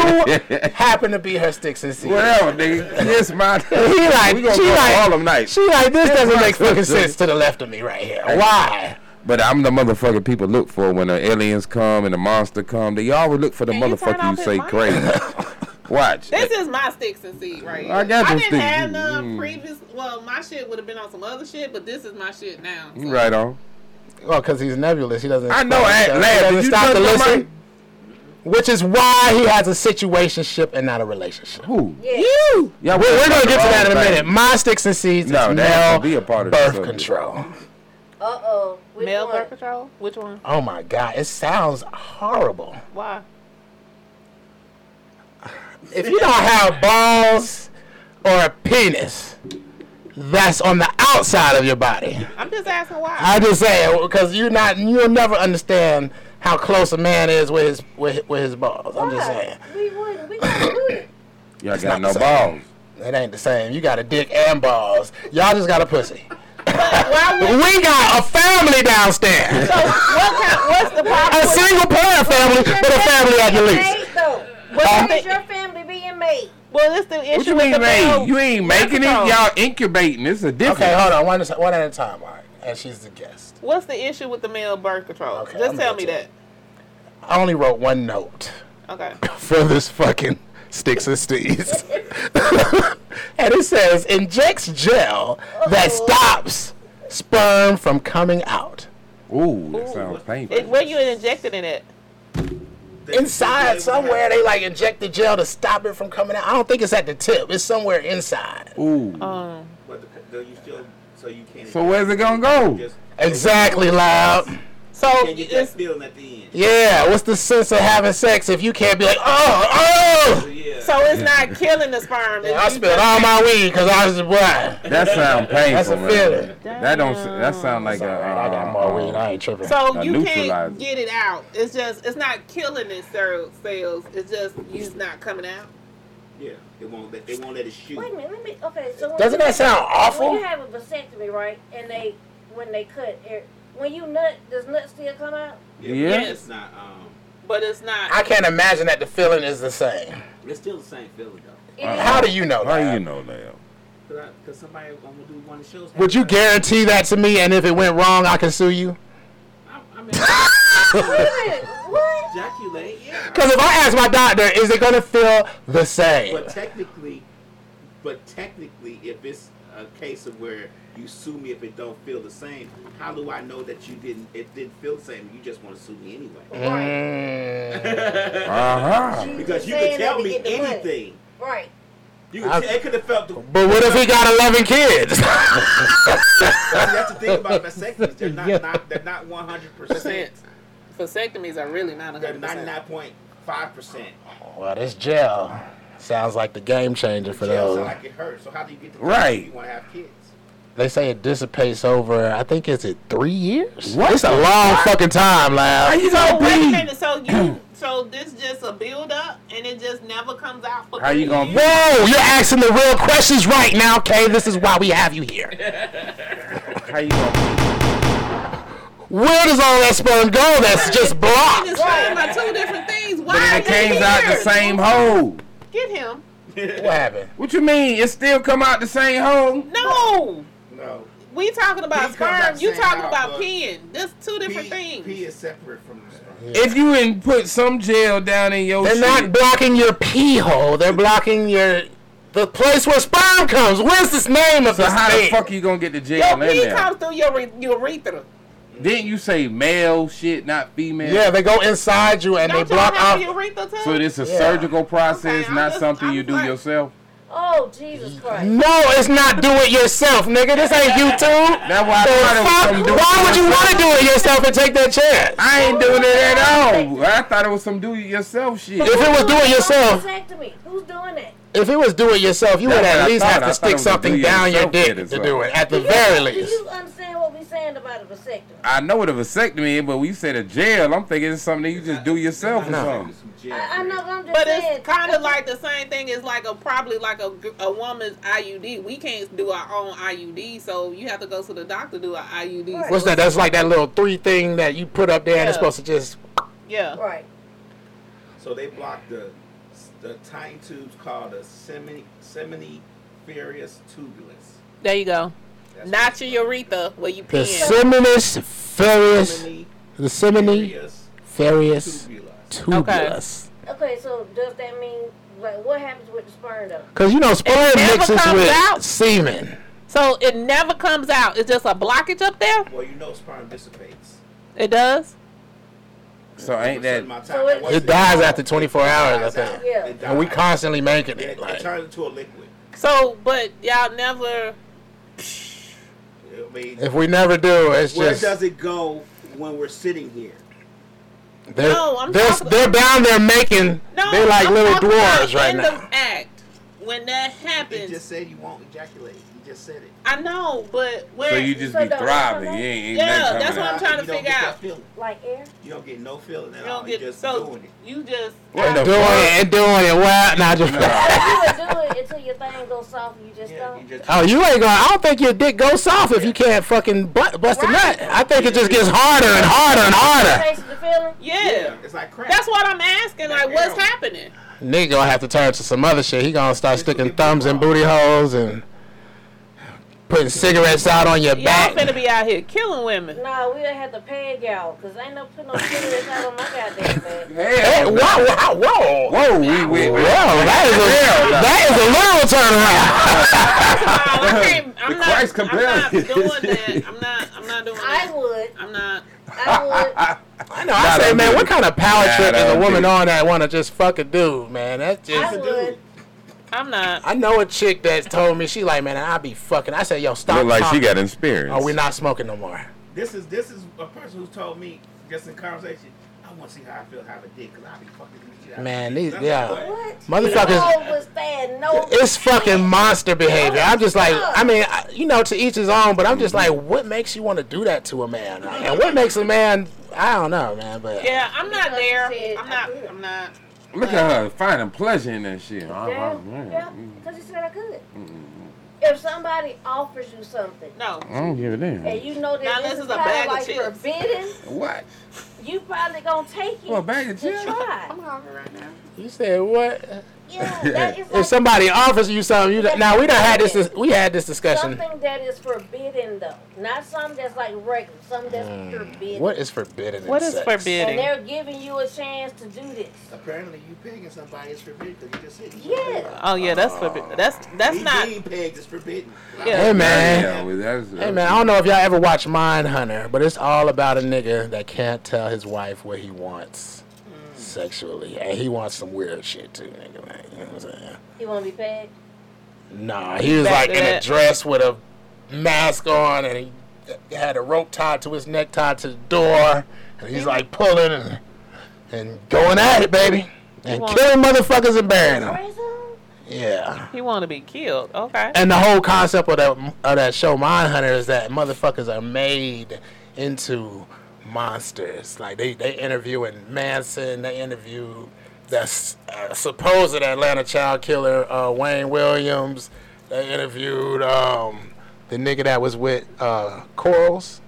[SPEAKER 2] happen to be her sticks and seeds.
[SPEAKER 5] Whatever, nigga. This my.
[SPEAKER 2] He like,
[SPEAKER 5] we gonna
[SPEAKER 2] she
[SPEAKER 5] go
[SPEAKER 2] like,
[SPEAKER 5] all them nights.
[SPEAKER 2] she like, this doesn't
[SPEAKER 5] my
[SPEAKER 2] make fucking
[SPEAKER 5] sister.
[SPEAKER 2] sense to the left of me right here. Why?
[SPEAKER 5] But I'm the motherfucker people look for when the aliens come and the monster come. They always look for the
[SPEAKER 4] Can you turn
[SPEAKER 5] motherfucker you,
[SPEAKER 4] off his
[SPEAKER 5] say
[SPEAKER 4] mic?
[SPEAKER 5] crazy. Watch.
[SPEAKER 4] This is my sticks and seed right here.
[SPEAKER 5] I got
[SPEAKER 4] I
[SPEAKER 5] your
[SPEAKER 4] didn't
[SPEAKER 5] sticks. Mm.
[SPEAKER 4] have none previous. Well, my shit would have been on some other shit, but this is my shit now.
[SPEAKER 5] You right on.
[SPEAKER 2] Well, because he's nebulous. He doesn't.
[SPEAKER 5] I know.
[SPEAKER 2] explain
[SPEAKER 5] At
[SPEAKER 2] himself.
[SPEAKER 5] last,
[SPEAKER 2] he
[SPEAKER 5] did
[SPEAKER 2] doesn't
[SPEAKER 5] you
[SPEAKER 2] stop
[SPEAKER 5] touch
[SPEAKER 2] to
[SPEAKER 5] my
[SPEAKER 2] listen.
[SPEAKER 5] mic?
[SPEAKER 2] Which is why he has a situationship and not a relationship.
[SPEAKER 5] Who?
[SPEAKER 6] Yeah.
[SPEAKER 2] You.
[SPEAKER 5] Yeah,
[SPEAKER 2] we're, we're gonna get to that in a
[SPEAKER 5] wrong thing.
[SPEAKER 2] minute. My sticks and seeds
[SPEAKER 5] No,
[SPEAKER 2] is
[SPEAKER 5] that ain't
[SPEAKER 2] male
[SPEAKER 5] gonna be a part of the
[SPEAKER 2] birth
[SPEAKER 5] subject.
[SPEAKER 2] control.
[SPEAKER 6] Uh oh.
[SPEAKER 4] Male birth control? Which one?
[SPEAKER 2] Oh my god, it sounds horrible.
[SPEAKER 4] Why?
[SPEAKER 2] If you don't have balls or a penis, that's on the outside of your body.
[SPEAKER 4] I'm just asking why.
[SPEAKER 2] I just say because you're not, you'll never understand how close a man is with his with, with his balls. I'm just saying
[SPEAKER 6] We wouldn't. We gotta do it.
[SPEAKER 5] Y'all got no
[SPEAKER 2] the same.
[SPEAKER 5] balls.
[SPEAKER 2] it ain't the same. You got a dick and balls. Y'all just got a pussy.
[SPEAKER 4] why would,
[SPEAKER 2] We got a family downstairs,
[SPEAKER 4] so what kind, what's the problem?
[SPEAKER 2] a
[SPEAKER 4] with-
[SPEAKER 2] single parent family with a family at your least.
[SPEAKER 6] Made, though.
[SPEAKER 4] Huh?
[SPEAKER 6] What is your family being made?
[SPEAKER 4] well, it's the issue
[SPEAKER 5] What you
[SPEAKER 4] with the
[SPEAKER 5] mean
[SPEAKER 4] male
[SPEAKER 5] made? You ain't
[SPEAKER 4] birth
[SPEAKER 5] making it.
[SPEAKER 4] control.
[SPEAKER 5] Y'all incubating. It's a difference.
[SPEAKER 2] Okay, hold on, one, at a- one at a time, all right. And she's the guest.
[SPEAKER 4] What's the issue with the male birth control?
[SPEAKER 2] Okay,
[SPEAKER 4] just
[SPEAKER 2] I'm
[SPEAKER 4] tell
[SPEAKER 2] good
[SPEAKER 4] me
[SPEAKER 2] to
[SPEAKER 4] that.
[SPEAKER 2] I only wrote one note
[SPEAKER 4] Okay.
[SPEAKER 2] for this fucking sticks and steeds, and it says injects gel that stops sperm from coming out.
[SPEAKER 5] Ooh, that sounds painful.
[SPEAKER 4] It, where you injected in it?
[SPEAKER 2] inside somewhere they like inject the gel to stop it from coming out. I don't think it's at the tip. It's somewhere inside.
[SPEAKER 5] Ooh.
[SPEAKER 4] Um,
[SPEAKER 3] But the, though you still, so you can't.
[SPEAKER 5] so where's it gonna go?
[SPEAKER 3] Just,
[SPEAKER 2] Exactly, loud.
[SPEAKER 4] so
[SPEAKER 3] can get that
[SPEAKER 4] it's,
[SPEAKER 3] feeling at the end.
[SPEAKER 2] Yeah, what's the sense of having sex if you can't be like, oh, oh?
[SPEAKER 3] Yeah.
[SPEAKER 4] so it's not killing the sperm. it's
[SPEAKER 2] I
[SPEAKER 4] just-
[SPEAKER 2] spilled all my weed because I was blind.
[SPEAKER 5] That sound painful.
[SPEAKER 2] That's a
[SPEAKER 5] man.
[SPEAKER 2] feeling.
[SPEAKER 5] That don't. s- That sound like a.
[SPEAKER 2] Alright, I got
[SPEAKER 5] uh,
[SPEAKER 2] more weed. I ain't tripping.
[SPEAKER 4] So
[SPEAKER 5] Now
[SPEAKER 4] you
[SPEAKER 5] neutralize
[SPEAKER 4] can't
[SPEAKER 5] it.
[SPEAKER 4] get it out. It's just it's not killing it cell- cells. It's just it's not coming out.
[SPEAKER 3] Yeah. They won't let. They won't let it shoot.
[SPEAKER 6] Wait a minute. Let me. Okay. So when
[SPEAKER 2] Doesn't
[SPEAKER 6] you-
[SPEAKER 2] that sound
[SPEAKER 6] When
[SPEAKER 2] awful?
[SPEAKER 6] you have a vasectomy, right? And they when they cut, it- when you nut, does nut still come out?
[SPEAKER 3] Yeah.
[SPEAKER 5] Yeah.
[SPEAKER 3] It's not. Um.
[SPEAKER 4] But it's not.
[SPEAKER 2] I can't imagine that the feeling is the same.
[SPEAKER 3] It's still the same feeling though.
[SPEAKER 6] It
[SPEAKER 5] Uh-uh.
[SPEAKER 6] is-
[SPEAKER 2] How do you know
[SPEAKER 5] How
[SPEAKER 2] that?
[SPEAKER 5] you know that?
[SPEAKER 3] Cause, I, Cause somebody I'm gonna do one of the shows.
[SPEAKER 2] Would you guarantee that to me? And if it went wrong, I can sue you?
[SPEAKER 3] I, I mean,
[SPEAKER 6] Wait a minute. What?
[SPEAKER 3] ejaculate. Yeah.
[SPEAKER 2] Because if I ask my doctor, is it going to feel the same?
[SPEAKER 3] But technically, but technically, if it's a case of where you sue me if it don't feel the same, how do I know that you didn't? It didn't feel the same. You just want to sue me anyway.
[SPEAKER 6] Right.
[SPEAKER 2] Mm. Uh-huh.
[SPEAKER 5] Uh huh.
[SPEAKER 3] Because you
[SPEAKER 6] Saying
[SPEAKER 3] could tell
[SPEAKER 6] let me
[SPEAKER 3] me
[SPEAKER 6] get the money.
[SPEAKER 3] anything.
[SPEAKER 6] Right.
[SPEAKER 3] You could, it could have felt. The,
[SPEAKER 2] But what if he got 11 kids?
[SPEAKER 3] that's the thing about vasectomies. They're not. not they're not one hundred percent.
[SPEAKER 4] Percent. Vasectomies are really not
[SPEAKER 3] They're
[SPEAKER 4] 100.
[SPEAKER 3] ninety
[SPEAKER 4] percent
[SPEAKER 3] nine point five percent.
[SPEAKER 2] well, this gel sounds like the game changer for
[SPEAKER 3] Sounds
[SPEAKER 2] those.
[SPEAKER 3] like it hurts. So how do you get the
[SPEAKER 5] Right.
[SPEAKER 3] You want to have kids.
[SPEAKER 2] They say it dissipates over, I think, is it three years? What? It's a long fucking time, lad.
[SPEAKER 4] So wait a minute. So you so this just a build up and it just never comes out. For
[SPEAKER 5] How you
[SPEAKER 4] three
[SPEAKER 5] gonna-
[SPEAKER 4] years?
[SPEAKER 2] Whoa, you're asking the real questions right now, Kay. This is why we have you here.
[SPEAKER 5] How you gonna?
[SPEAKER 2] Where does all that sperm go that's just
[SPEAKER 4] This
[SPEAKER 2] blocked?
[SPEAKER 4] is talking about two different things. Why
[SPEAKER 5] But it
[SPEAKER 4] is
[SPEAKER 5] came
[SPEAKER 4] he
[SPEAKER 5] out the
[SPEAKER 4] here?
[SPEAKER 5] same hole.
[SPEAKER 4] Get him.
[SPEAKER 2] What happened?
[SPEAKER 5] What you mean? It still come out the same hole?
[SPEAKER 4] No.
[SPEAKER 3] No.
[SPEAKER 4] We talking about
[SPEAKER 3] He comes out
[SPEAKER 4] sperm. You
[SPEAKER 3] saying
[SPEAKER 4] talking
[SPEAKER 3] no,
[SPEAKER 4] about
[SPEAKER 3] but-
[SPEAKER 4] peeing. That's two different
[SPEAKER 3] P,
[SPEAKER 4] things.
[SPEAKER 3] P is separate from the sperm.
[SPEAKER 7] If you didn't put some gel down in your
[SPEAKER 2] They're
[SPEAKER 7] shit,
[SPEAKER 2] not blocking your pee hole. They're blocking your the place where sperm comes. Where's this name of
[SPEAKER 7] so
[SPEAKER 2] this
[SPEAKER 7] how the
[SPEAKER 2] thing?
[SPEAKER 7] fuck you gonna get the gel
[SPEAKER 4] Your
[SPEAKER 7] in
[SPEAKER 4] pee
[SPEAKER 7] there?
[SPEAKER 4] comes through your re- your urethra.
[SPEAKER 7] Didn't you say male shit, not female?
[SPEAKER 2] yeah, they go inside you and
[SPEAKER 4] Don't
[SPEAKER 2] they block
[SPEAKER 4] y'all have
[SPEAKER 2] out.
[SPEAKER 4] a urethra too?
[SPEAKER 7] So this is a
[SPEAKER 2] Yeah.
[SPEAKER 7] surgical process,
[SPEAKER 4] Okay, I'm
[SPEAKER 7] not
[SPEAKER 4] just-
[SPEAKER 7] something
[SPEAKER 4] I'm
[SPEAKER 7] you do
[SPEAKER 4] like-
[SPEAKER 7] yourself.
[SPEAKER 6] Oh,
[SPEAKER 2] Mm.
[SPEAKER 6] Jesus Christ.
[SPEAKER 2] No, it's not do it yourself, nigga. This ain't YouTube.
[SPEAKER 7] That's why I
[SPEAKER 2] The
[SPEAKER 7] thought it was
[SPEAKER 2] fuck?
[SPEAKER 7] something to do
[SPEAKER 2] Why would you want to do it yourself and take that chance?
[SPEAKER 7] I ain't doing it at all. I thought it was some do it yourself shit.
[SPEAKER 2] If it was do it yourself,
[SPEAKER 6] Vasectomy. Who's doing that?
[SPEAKER 2] if it was do it yourself, you
[SPEAKER 7] That's
[SPEAKER 2] would
[SPEAKER 7] what
[SPEAKER 2] at
[SPEAKER 7] I
[SPEAKER 2] least
[SPEAKER 7] thought.
[SPEAKER 2] have
[SPEAKER 7] I thought
[SPEAKER 2] to
[SPEAKER 7] it
[SPEAKER 2] stick
[SPEAKER 7] was do
[SPEAKER 2] something
[SPEAKER 7] it
[SPEAKER 2] down your
[SPEAKER 7] yourself
[SPEAKER 2] dick
[SPEAKER 7] shit as
[SPEAKER 2] to
[SPEAKER 7] well.
[SPEAKER 2] do it. At the
[SPEAKER 6] Do you-
[SPEAKER 2] very
[SPEAKER 6] Do
[SPEAKER 2] least,
[SPEAKER 6] you understand what we're saying about a vasectomy?
[SPEAKER 7] I know what a vasectomy is, but when you said a jail, I'm thinking it's something that you just do yourself or
[SPEAKER 2] No.
[SPEAKER 7] something.
[SPEAKER 6] I, I know, but I'm just
[SPEAKER 4] But
[SPEAKER 6] saying.
[SPEAKER 4] it's kind of like the same thing as like a probably like a, gr- a woman's IUD. We can't do our own IUD, so you have to go to the doctor to do our IUD.
[SPEAKER 6] Right.
[SPEAKER 4] So
[SPEAKER 2] what's that?
[SPEAKER 4] it's-
[SPEAKER 2] That's like that little three thing that you put up there, and it's
[SPEAKER 4] Yeah.
[SPEAKER 2] supposed to just.
[SPEAKER 4] Yeah.
[SPEAKER 6] Right.
[SPEAKER 3] So they blocked the the tiny tubes called the semini seminiferous tubulus.
[SPEAKER 4] There you go.
[SPEAKER 3] That's
[SPEAKER 4] Not your urethra where you
[SPEAKER 2] The
[SPEAKER 4] pee. in.
[SPEAKER 2] seminis ferris, the semini
[SPEAKER 3] Seminiferous
[SPEAKER 2] ferris
[SPEAKER 3] tubulus.
[SPEAKER 2] tubulus.
[SPEAKER 6] Okay, so does that mean, like, what happens with the sperm, though?
[SPEAKER 2] Cause you know sperm
[SPEAKER 4] never
[SPEAKER 2] mixes
[SPEAKER 4] comes
[SPEAKER 2] with
[SPEAKER 4] out.
[SPEAKER 2] semen.
[SPEAKER 4] So it never comes out. It's just a blockage up there.
[SPEAKER 3] Well, you know sperm dissipates.
[SPEAKER 4] It does.
[SPEAKER 7] So ain't that?
[SPEAKER 6] So it-
[SPEAKER 2] It dies after 24 hours, I think,
[SPEAKER 6] Yeah.
[SPEAKER 2] and we
[SPEAKER 3] can't.
[SPEAKER 2] constantly making
[SPEAKER 3] It,
[SPEAKER 2] it. Like,
[SPEAKER 3] it turns into a liquid.
[SPEAKER 4] So, but y'all never.
[SPEAKER 3] I mean,
[SPEAKER 2] if we never do, it's
[SPEAKER 3] where
[SPEAKER 2] just
[SPEAKER 3] does it go when we're sitting here?
[SPEAKER 2] they're
[SPEAKER 4] No, I'm
[SPEAKER 2] they're,
[SPEAKER 4] talking-
[SPEAKER 2] they're down there making.
[SPEAKER 4] No,
[SPEAKER 2] they're like
[SPEAKER 4] I'm
[SPEAKER 2] little
[SPEAKER 4] talking about
[SPEAKER 2] dwarves right
[SPEAKER 4] in
[SPEAKER 2] now.
[SPEAKER 4] The act when that
[SPEAKER 3] You
[SPEAKER 4] happens.
[SPEAKER 3] just said you won't ejaculate. You just said it.
[SPEAKER 4] I know, but where?
[SPEAKER 7] So you just
[SPEAKER 6] So
[SPEAKER 7] be
[SPEAKER 6] don't-
[SPEAKER 7] thriving. You ain't, ain't
[SPEAKER 4] Yeah,
[SPEAKER 7] nothing
[SPEAKER 4] that's
[SPEAKER 7] coming
[SPEAKER 4] what
[SPEAKER 7] out.
[SPEAKER 4] I'm trying to
[SPEAKER 3] You don't
[SPEAKER 4] figure
[SPEAKER 3] get that
[SPEAKER 4] out.
[SPEAKER 3] feeling.
[SPEAKER 6] Like air.
[SPEAKER 3] You don't get no feeling at
[SPEAKER 4] you
[SPEAKER 3] all.
[SPEAKER 4] don't get
[SPEAKER 3] you just
[SPEAKER 4] so
[SPEAKER 3] doing it.
[SPEAKER 4] you just.
[SPEAKER 7] What the
[SPEAKER 2] Doing
[SPEAKER 7] fuck?
[SPEAKER 2] it, doing it. Wow, nah, just.
[SPEAKER 6] you would do it until your thing goes soft and you just
[SPEAKER 3] Yeah,
[SPEAKER 6] don't.
[SPEAKER 3] you just
[SPEAKER 2] Oh, you ain't gonna. I don't think your dick goes soft if you can't fucking bu- bust a nut. I think it just gets harder and harder and harder.
[SPEAKER 6] Chasing the feeling.
[SPEAKER 4] Yeah.
[SPEAKER 3] yeah, it's like crap.
[SPEAKER 4] That's what I'm asking. Like, what's
[SPEAKER 3] Yeah.
[SPEAKER 4] happening?
[SPEAKER 2] Nigga gonna have to turn to some other shit. He gonna start sticking thumbs in booty holes and putting cigarettes out on your
[SPEAKER 4] Y'all finna
[SPEAKER 2] back.
[SPEAKER 4] be out here killing women.
[SPEAKER 6] Nah, we done had to peg y'all because ain't no putting no cigarettes out on my goddamn bed.
[SPEAKER 2] Hey,
[SPEAKER 7] Hell,
[SPEAKER 2] whoa,
[SPEAKER 7] no.
[SPEAKER 2] whoa, whoa, whoa!
[SPEAKER 7] whoa, we we.
[SPEAKER 2] That is a that is a literal turnaround.
[SPEAKER 4] First of all, I can't, I'm
[SPEAKER 7] The
[SPEAKER 4] not,
[SPEAKER 7] Christ
[SPEAKER 4] I'm not
[SPEAKER 7] compelled.
[SPEAKER 4] doing that. I'm not. I'm not doing
[SPEAKER 6] I
[SPEAKER 4] that.
[SPEAKER 6] would.
[SPEAKER 4] I'm not.
[SPEAKER 6] I
[SPEAKER 2] I know. I
[SPEAKER 7] Nah,
[SPEAKER 2] say,
[SPEAKER 7] don't
[SPEAKER 2] man,
[SPEAKER 7] do
[SPEAKER 2] what
[SPEAKER 7] it.
[SPEAKER 2] kind of power
[SPEAKER 7] Nah,
[SPEAKER 2] trip is a
[SPEAKER 7] don't
[SPEAKER 2] woman
[SPEAKER 7] do it.
[SPEAKER 2] on that want to just fuck a dude, man? That's
[SPEAKER 6] would.
[SPEAKER 2] just.
[SPEAKER 6] I would.
[SPEAKER 4] I'm not.
[SPEAKER 2] I know a chick that told me she like, man, I be fucking. I said, yo, stop.
[SPEAKER 5] Look like she
[SPEAKER 2] talking.
[SPEAKER 5] got experience.
[SPEAKER 2] Oh, we're not smoking no more.
[SPEAKER 3] This is this is a person who told me just in conversation. I want to see how I feel having dick because I be fucking the shit out of
[SPEAKER 2] Man,
[SPEAKER 3] dick.
[SPEAKER 2] these-
[SPEAKER 3] That's
[SPEAKER 2] yeah.
[SPEAKER 3] what-
[SPEAKER 6] What?
[SPEAKER 2] Motherfuckers-
[SPEAKER 6] No was saying no.
[SPEAKER 2] It's fucking monster behavior. I'm just like, I mean, I, you know, to each his own, but I'm just like, what makes you want to do that to a man? Like, and what makes a man, I don't know, man, but
[SPEAKER 4] Yeah, I'm not
[SPEAKER 6] Because you
[SPEAKER 4] there.
[SPEAKER 6] said
[SPEAKER 4] I'm
[SPEAKER 6] I
[SPEAKER 4] not.
[SPEAKER 6] would.
[SPEAKER 4] I'm not.
[SPEAKER 7] Look at her finding pleasure in that shit. Oh,
[SPEAKER 6] Yeah,
[SPEAKER 7] man.
[SPEAKER 6] yeah, because you said I could. If somebody offers you something
[SPEAKER 4] No.
[SPEAKER 7] I don't give a damn.
[SPEAKER 6] and you know that
[SPEAKER 4] Now,
[SPEAKER 6] this,
[SPEAKER 4] this
[SPEAKER 6] is
[SPEAKER 4] is a
[SPEAKER 6] kind
[SPEAKER 4] bag of
[SPEAKER 6] of like
[SPEAKER 4] chips.
[SPEAKER 6] forbidden,
[SPEAKER 7] What?
[SPEAKER 6] you probably gonna take it
[SPEAKER 7] Well, bag of
[SPEAKER 6] to
[SPEAKER 7] chips.
[SPEAKER 6] try.
[SPEAKER 2] you said what?
[SPEAKER 6] Yeah, that is like
[SPEAKER 2] If somebody offers you something, you don't- now we done had this, dis- we had this discussion.
[SPEAKER 6] something that is forbidden though, not something that's like regular, something that's
[SPEAKER 7] Hmm.
[SPEAKER 6] forbidden.
[SPEAKER 2] What is forbidden? in
[SPEAKER 4] What is
[SPEAKER 2] sex?
[SPEAKER 6] and
[SPEAKER 4] forbidding?
[SPEAKER 6] they're giving you a chance to do this.
[SPEAKER 3] Apparently, you pegging somebody is forbidden because you just hit.
[SPEAKER 6] Yeah,
[SPEAKER 4] Oh yeah, that's forbidden. That's that's
[SPEAKER 3] Me
[SPEAKER 4] not.
[SPEAKER 3] being pegged is forbidden.
[SPEAKER 4] Yeah.
[SPEAKER 2] Hey man,
[SPEAKER 7] Yeah, well, that's, uh,
[SPEAKER 2] hey man, I don't know if y'all ever watched Mindhunter, but it's all about a nigga that can't tell his wife what he wants
[SPEAKER 4] Mm.
[SPEAKER 2] sexually, and he wants some weird shit too, nigga. Like, you know what I'm saying?
[SPEAKER 6] you wanna be pegged?
[SPEAKER 2] Nah, he was
[SPEAKER 4] Back
[SPEAKER 2] like
[SPEAKER 4] to
[SPEAKER 2] in a
[SPEAKER 4] that.
[SPEAKER 2] dress with a mask on, and he had a rope tied to his neck, tied to the door, and he's like pulling and, and going at it, baby, and
[SPEAKER 4] want-
[SPEAKER 2] killing motherfuckers and burying them.
[SPEAKER 6] Prison?
[SPEAKER 2] Yeah.
[SPEAKER 4] He want to be killed. Okay.
[SPEAKER 2] And the whole concept of that of that show, Mindhunter, is that motherfuckers are made into monsters. Like they they interviewing Manson, they interview the s- uh, supposed Atlanta child killer uh, Wayne Williams. They interviewed um, the nigga that was with uh, Corals.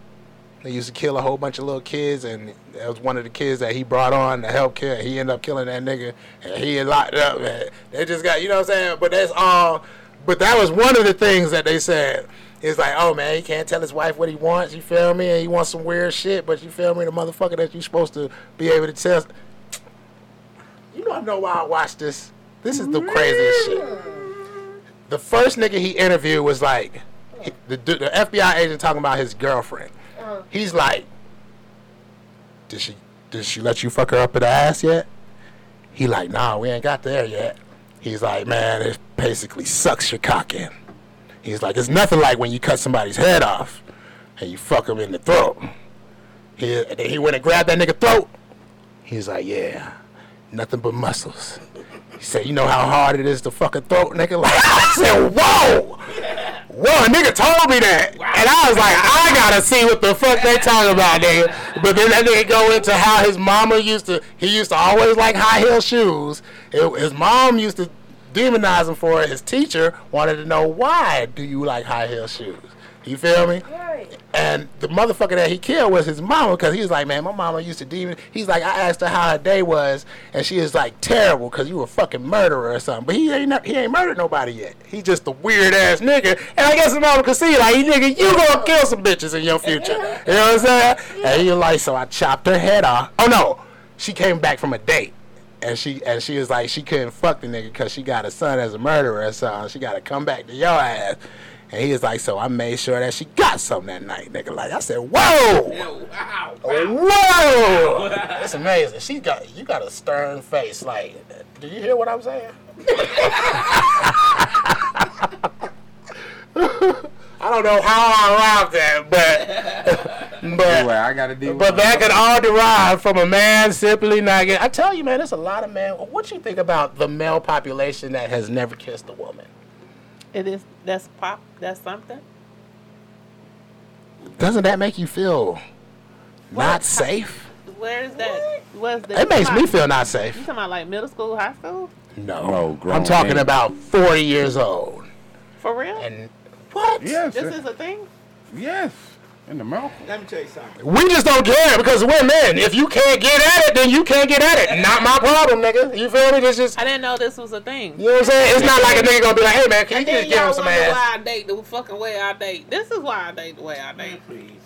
[SPEAKER 2] They used to kill a whole bunch of little kids, and that was one of the kids that he brought on to help kill. He ended up killing that nigga, and he locked up. Man. They just got, you know what I'm saying? But that's all. But that was one of the things that they said It's like, oh man, he can't tell his wife what he wants. You feel me? And he wants some weird shit, but you feel me? The motherfucker that you supposed to be able to tell. You don't know why I watched this. This is the craziest shit. The first nigga he interviewed was like, he- the, dude- the FBI agent talking about his girlfriend. He's like, did she did she let you fuck her up in the ass yet? He like, nah, we ain't got there yet. He's like, man, it basically sucks your cock in. He's like, it's nothing like when you cut somebody's head off and you fuck them in the throat. He, and then he went and grabbed that nigga throat. He's like, yeah, nothing but muscles. He said, you know how hard it is to fuck a throat, nigga? Like, I said, whoa! Whoa, a nigga told me that. And I was like, I gotta see what the fuck they talking about, nigga. But then that nigga go into how his mama used to, he used to always like high heel shoes. It- his mom used to demonize him for it. His teacher wanted to know why do you like high heel shoes? You feel me?
[SPEAKER 6] Right.
[SPEAKER 2] And the motherfucker that he killed was his mama because he was like, man, my mama used to demon. He's like, I asked her how her day was, and she is like, terrible because you a fucking murderer or something. But he ain't not- he ain't murdered nobody yet. He just a weird ass nigga. And I guess his mama could see like, nigga, you gonna kill some bitches in your future. You know what I'm saying? And he was like, so I chopped her head off. Oh no, she came back from a date. And she and she was like she couldn't fuck the nigga because she got a son as a murderer or something. She got to come back to your ass. And he was like, so I made sure that she got something that night, nigga. Like I said, whoa,
[SPEAKER 3] Yo, wow, wow.
[SPEAKER 2] whoa, that's amazing. She got you got a stern face. Like, do you hear what I'm saying? I don't know how I arrived at, but but
[SPEAKER 7] Anyway, I got a D.
[SPEAKER 2] but that could all derive from a man simply not getting. I tell you, man, there's a lot of men. What you think about the male population that has never kissed a woman?
[SPEAKER 4] It is that's pop. That's something.
[SPEAKER 2] Doesn't that make you feel not safe?
[SPEAKER 4] Where is that? What's the?
[SPEAKER 2] It makes me
[SPEAKER 4] pop?
[SPEAKER 2] feel not
[SPEAKER 4] You
[SPEAKER 2] safe.
[SPEAKER 4] talking about like middle school, high school?
[SPEAKER 5] No,
[SPEAKER 2] No,
[SPEAKER 5] grown
[SPEAKER 2] I'm talking
[SPEAKER 5] man.
[SPEAKER 2] about 40 years old.
[SPEAKER 4] For real?
[SPEAKER 2] And what?
[SPEAKER 7] Yes.
[SPEAKER 4] this is a thing.
[SPEAKER 7] yes. In the mouth.
[SPEAKER 3] Let me tell you something.
[SPEAKER 2] We just don't care because we're men. If you can't get at it, then you can't get at it. Not my problem, nigga. You feel me? This just
[SPEAKER 4] I didn't know this was a thing.
[SPEAKER 2] you know what I'm saying. It's not like a nigga gonna be like, hey man, can you just
[SPEAKER 4] And then
[SPEAKER 2] give him
[SPEAKER 4] y'all
[SPEAKER 2] some
[SPEAKER 4] wonder
[SPEAKER 2] ass?
[SPEAKER 4] why I date the fucking way I date. This is why I date the way I date.
[SPEAKER 3] Man, please.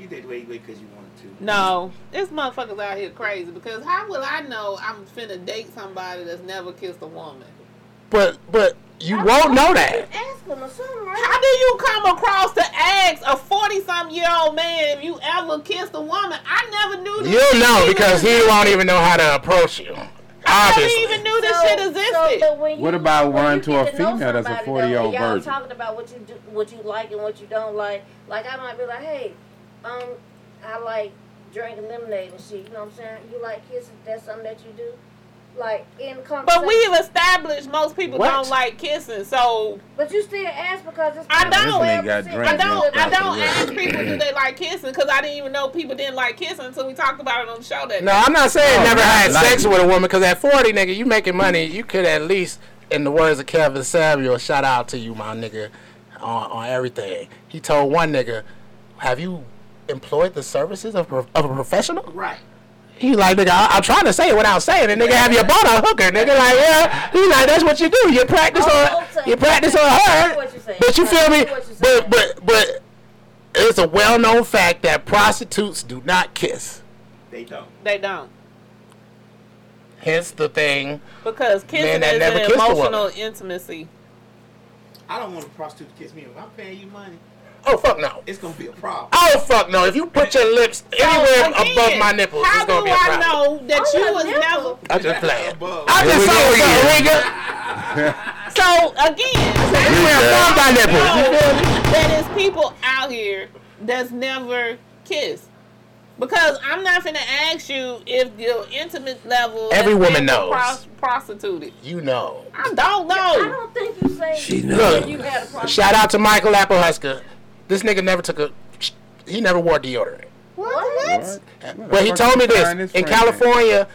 [SPEAKER 3] You did way way because you wanted to.
[SPEAKER 4] No, this motherfuckers out here crazy because how will I know I'm finna date somebody that's never kissed a woman?
[SPEAKER 2] But but you won't know that.
[SPEAKER 6] Ask them or something,
[SPEAKER 4] How
[SPEAKER 6] right?
[SPEAKER 4] do you come across to ask a 40 something year old man if you ever kissed a woman? I never knew this.
[SPEAKER 2] You'll
[SPEAKER 4] shit
[SPEAKER 2] know
[SPEAKER 4] even
[SPEAKER 2] because he
[SPEAKER 4] existed.
[SPEAKER 2] won't even know how to approach you.
[SPEAKER 4] I never
[SPEAKER 2] Obviously.
[SPEAKER 4] even knew this
[SPEAKER 6] So-
[SPEAKER 4] shit
[SPEAKER 6] so,
[SPEAKER 4] existed.
[SPEAKER 6] but when
[SPEAKER 7] What
[SPEAKER 6] you-
[SPEAKER 7] about
[SPEAKER 6] when
[SPEAKER 7] one
[SPEAKER 6] you
[SPEAKER 7] to
[SPEAKER 6] get
[SPEAKER 7] a
[SPEAKER 6] know
[SPEAKER 7] female that's a
[SPEAKER 6] somebody, though,
[SPEAKER 7] 40-year-old
[SPEAKER 6] and y'all
[SPEAKER 7] virgin?
[SPEAKER 6] talking about what you do, what you like and what you don't like. Like I might be like, hey, um, I like drinking lemonade and shit. You know what I'm saying? You like kissing? That's something that you do. Like in conversation.
[SPEAKER 4] But we've established most people
[SPEAKER 2] What?
[SPEAKER 4] don't like kissing, so
[SPEAKER 6] But you still ask because it's.
[SPEAKER 4] I don't.
[SPEAKER 7] This nigga got drink
[SPEAKER 4] I
[SPEAKER 7] Right,
[SPEAKER 4] don't.
[SPEAKER 7] yeah,
[SPEAKER 4] I don't
[SPEAKER 7] yeah.
[SPEAKER 4] ask people do they like kissing because I didn't even know people didn't like kissing until we talked about it on the show that
[SPEAKER 2] No,
[SPEAKER 4] day.
[SPEAKER 2] I'm not saying
[SPEAKER 7] Oh,
[SPEAKER 2] never
[SPEAKER 7] not
[SPEAKER 2] had
[SPEAKER 7] like-
[SPEAKER 2] sex with a woman because at 40, nigga, you making money. You could at least, in the words of Kevin Samuel, shout out to you, my nigga, on, on everything. He told one nigga, "Have you employed the services of, pro- of a professional?"
[SPEAKER 3] Right.
[SPEAKER 2] He like, nigga, I, I'm trying to say it without saying it. Nigga, have you bought a hooker? Nigga, like, yeah. He like, that's what you do. You practice
[SPEAKER 6] Oh,
[SPEAKER 2] on,
[SPEAKER 6] okay.
[SPEAKER 2] you practice on
[SPEAKER 6] I
[SPEAKER 2] her.
[SPEAKER 6] see what you're saying.
[SPEAKER 2] But you
[SPEAKER 6] I
[SPEAKER 2] feel
[SPEAKER 6] see
[SPEAKER 2] me?
[SPEAKER 6] what you're saying.
[SPEAKER 2] But but but it's a well-known fact that prostitutes do not kiss.
[SPEAKER 3] They don't.
[SPEAKER 4] They don't
[SPEAKER 2] Hence the thing.
[SPEAKER 4] because kissing
[SPEAKER 2] that
[SPEAKER 4] is
[SPEAKER 2] never
[SPEAKER 4] an
[SPEAKER 2] kissed a woman.
[SPEAKER 4] emotional intimacy.
[SPEAKER 3] I don't want a prostitute to kiss me. If I'm paying you money,
[SPEAKER 2] Oh fuck no.
[SPEAKER 3] it's gonna be a problem.
[SPEAKER 2] Oh fuck no. If you put your lips anywhere
[SPEAKER 4] Again,
[SPEAKER 2] above my nipples,
[SPEAKER 4] How
[SPEAKER 2] it's gonna
[SPEAKER 4] do
[SPEAKER 2] be a
[SPEAKER 4] I
[SPEAKER 2] problem.
[SPEAKER 4] know that
[SPEAKER 6] Oh,
[SPEAKER 4] you
[SPEAKER 6] your
[SPEAKER 4] was
[SPEAKER 6] nipple.
[SPEAKER 4] never?
[SPEAKER 2] I'm just playing.
[SPEAKER 3] Above.
[SPEAKER 2] I'm just
[SPEAKER 7] Here we
[SPEAKER 2] saying
[SPEAKER 7] go
[SPEAKER 2] something, nigga.
[SPEAKER 4] So again,
[SPEAKER 2] Anywhere above my nipples. You feel me?
[SPEAKER 4] that is people out here that's never kissed. Because I'm not finna ask you if your intimate level
[SPEAKER 2] Every
[SPEAKER 4] has
[SPEAKER 2] woman
[SPEAKER 4] been
[SPEAKER 2] knows.
[SPEAKER 4] pros- prostituted.
[SPEAKER 2] You know.
[SPEAKER 4] I don't know.
[SPEAKER 6] I don't think you say
[SPEAKER 5] She
[SPEAKER 2] Look,
[SPEAKER 6] you had a problem.
[SPEAKER 2] shout out to Michael Applehusker. This nigga never took a. He never wore deodorant.
[SPEAKER 6] What?
[SPEAKER 7] What?
[SPEAKER 2] Well, he told me
[SPEAKER 7] Find
[SPEAKER 2] this.
[SPEAKER 7] friend.
[SPEAKER 2] In California,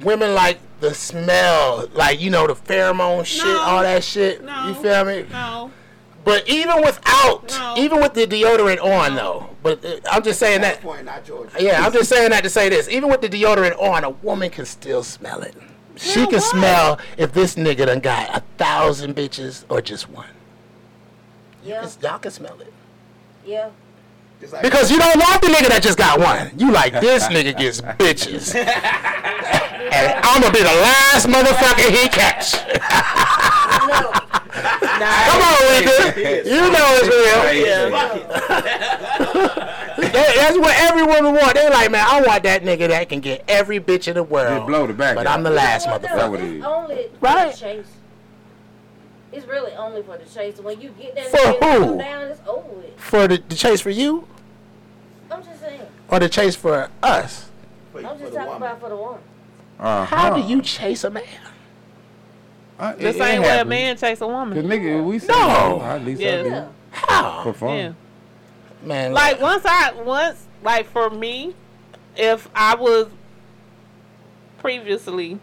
[SPEAKER 2] women like the smell, like you know the pheromone shit,
[SPEAKER 4] No.
[SPEAKER 2] all that shit.
[SPEAKER 4] No.
[SPEAKER 2] You feel me?
[SPEAKER 4] No.
[SPEAKER 2] But even without,
[SPEAKER 4] No.
[SPEAKER 2] even with the deodorant on though, but uh, I'm just saying that.
[SPEAKER 3] That point, not Georgia.
[SPEAKER 2] Yeah, I'm just saying that to say this. Even with the deodorant on, a woman can still smell it. She can smell if this nigga done got a thousand bitches or just one. You
[SPEAKER 6] Yeah.
[SPEAKER 2] can, y'all can smell it.
[SPEAKER 6] Yeah.
[SPEAKER 3] Just like
[SPEAKER 2] Because you don't want the nigga that just got one. You like this nigga gets bitches. and I'ma be the last motherfucker he catch.
[SPEAKER 6] No.
[SPEAKER 2] Come on, Rika. You know it's
[SPEAKER 4] Oh,
[SPEAKER 2] real. That- that's what every woman want. They like, man, I want that nigga that can get every bitch in the world.
[SPEAKER 5] They blow the back
[SPEAKER 2] But
[SPEAKER 5] out.
[SPEAKER 2] I'm the last
[SPEAKER 6] Well, no,
[SPEAKER 2] motherfucker.
[SPEAKER 5] what it
[SPEAKER 6] it's
[SPEAKER 5] is.
[SPEAKER 6] Only
[SPEAKER 2] Right.
[SPEAKER 6] for the chase. It's really only for the chase. When you get that
[SPEAKER 2] For
[SPEAKER 6] nigga to
[SPEAKER 2] who?
[SPEAKER 6] come down, it's over with.
[SPEAKER 2] For the, the chase for you
[SPEAKER 6] I'm just saying.
[SPEAKER 2] or the chase for us?
[SPEAKER 3] for,
[SPEAKER 6] I'm
[SPEAKER 3] for
[SPEAKER 6] just
[SPEAKER 3] the
[SPEAKER 6] talking
[SPEAKER 3] woman.
[SPEAKER 6] about for the woman.
[SPEAKER 5] Uh-huh.
[SPEAKER 7] Uh,
[SPEAKER 2] How do you chase a man?
[SPEAKER 5] Uh, it-
[SPEAKER 4] The
[SPEAKER 5] it
[SPEAKER 4] same way a
[SPEAKER 5] happens.
[SPEAKER 4] man chase a
[SPEAKER 5] The
[SPEAKER 4] woman.
[SPEAKER 5] nigga, we said,
[SPEAKER 2] No.
[SPEAKER 5] oh, at least
[SPEAKER 4] Yeah.
[SPEAKER 5] I do.
[SPEAKER 6] Yeah.
[SPEAKER 2] How?
[SPEAKER 5] For fun.
[SPEAKER 4] Yeah.
[SPEAKER 2] Man,
[SPEAKER 4] Like once I once like for me, if I was previously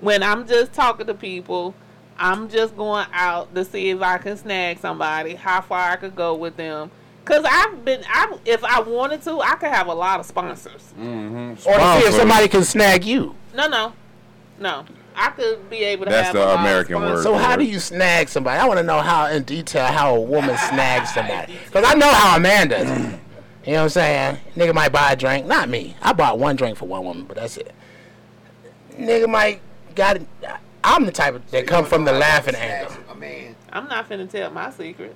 [SPEAKER 4] when I'm just talking to people, I'm just going out to see if I can snag somebody, how far I could go with them. Cause I've been I if I wanted to, I could have a lot of sponsors.
[SPEAKER 5] Mm-hmm.
[SPEAKER 2] or to see if somebody can snag you.
[SPEAKER 4] No, no, no. I could be able to
[SPEAKER 5] That's
[SPEAKER 4] have
[SPEAKER 5] the
[SPEAKER 4] a lot of
[SPEAKER 5] American word.
[SPEAKER 4] sponsors.
[SPEAKER 2] So how do you snag somebody? I want to know how in detail how a woman snags somebody. Cause I know how a man does it. You know what I'm saying? Nigga might buy a drink. Not me. I bought one drink for one woman, but that's it. Nigga might got. I'm the type of, that come from the laughing angle.
[SPEAKER 3] A man.
[SPEAKER 4] I'm not finna tell my secrets.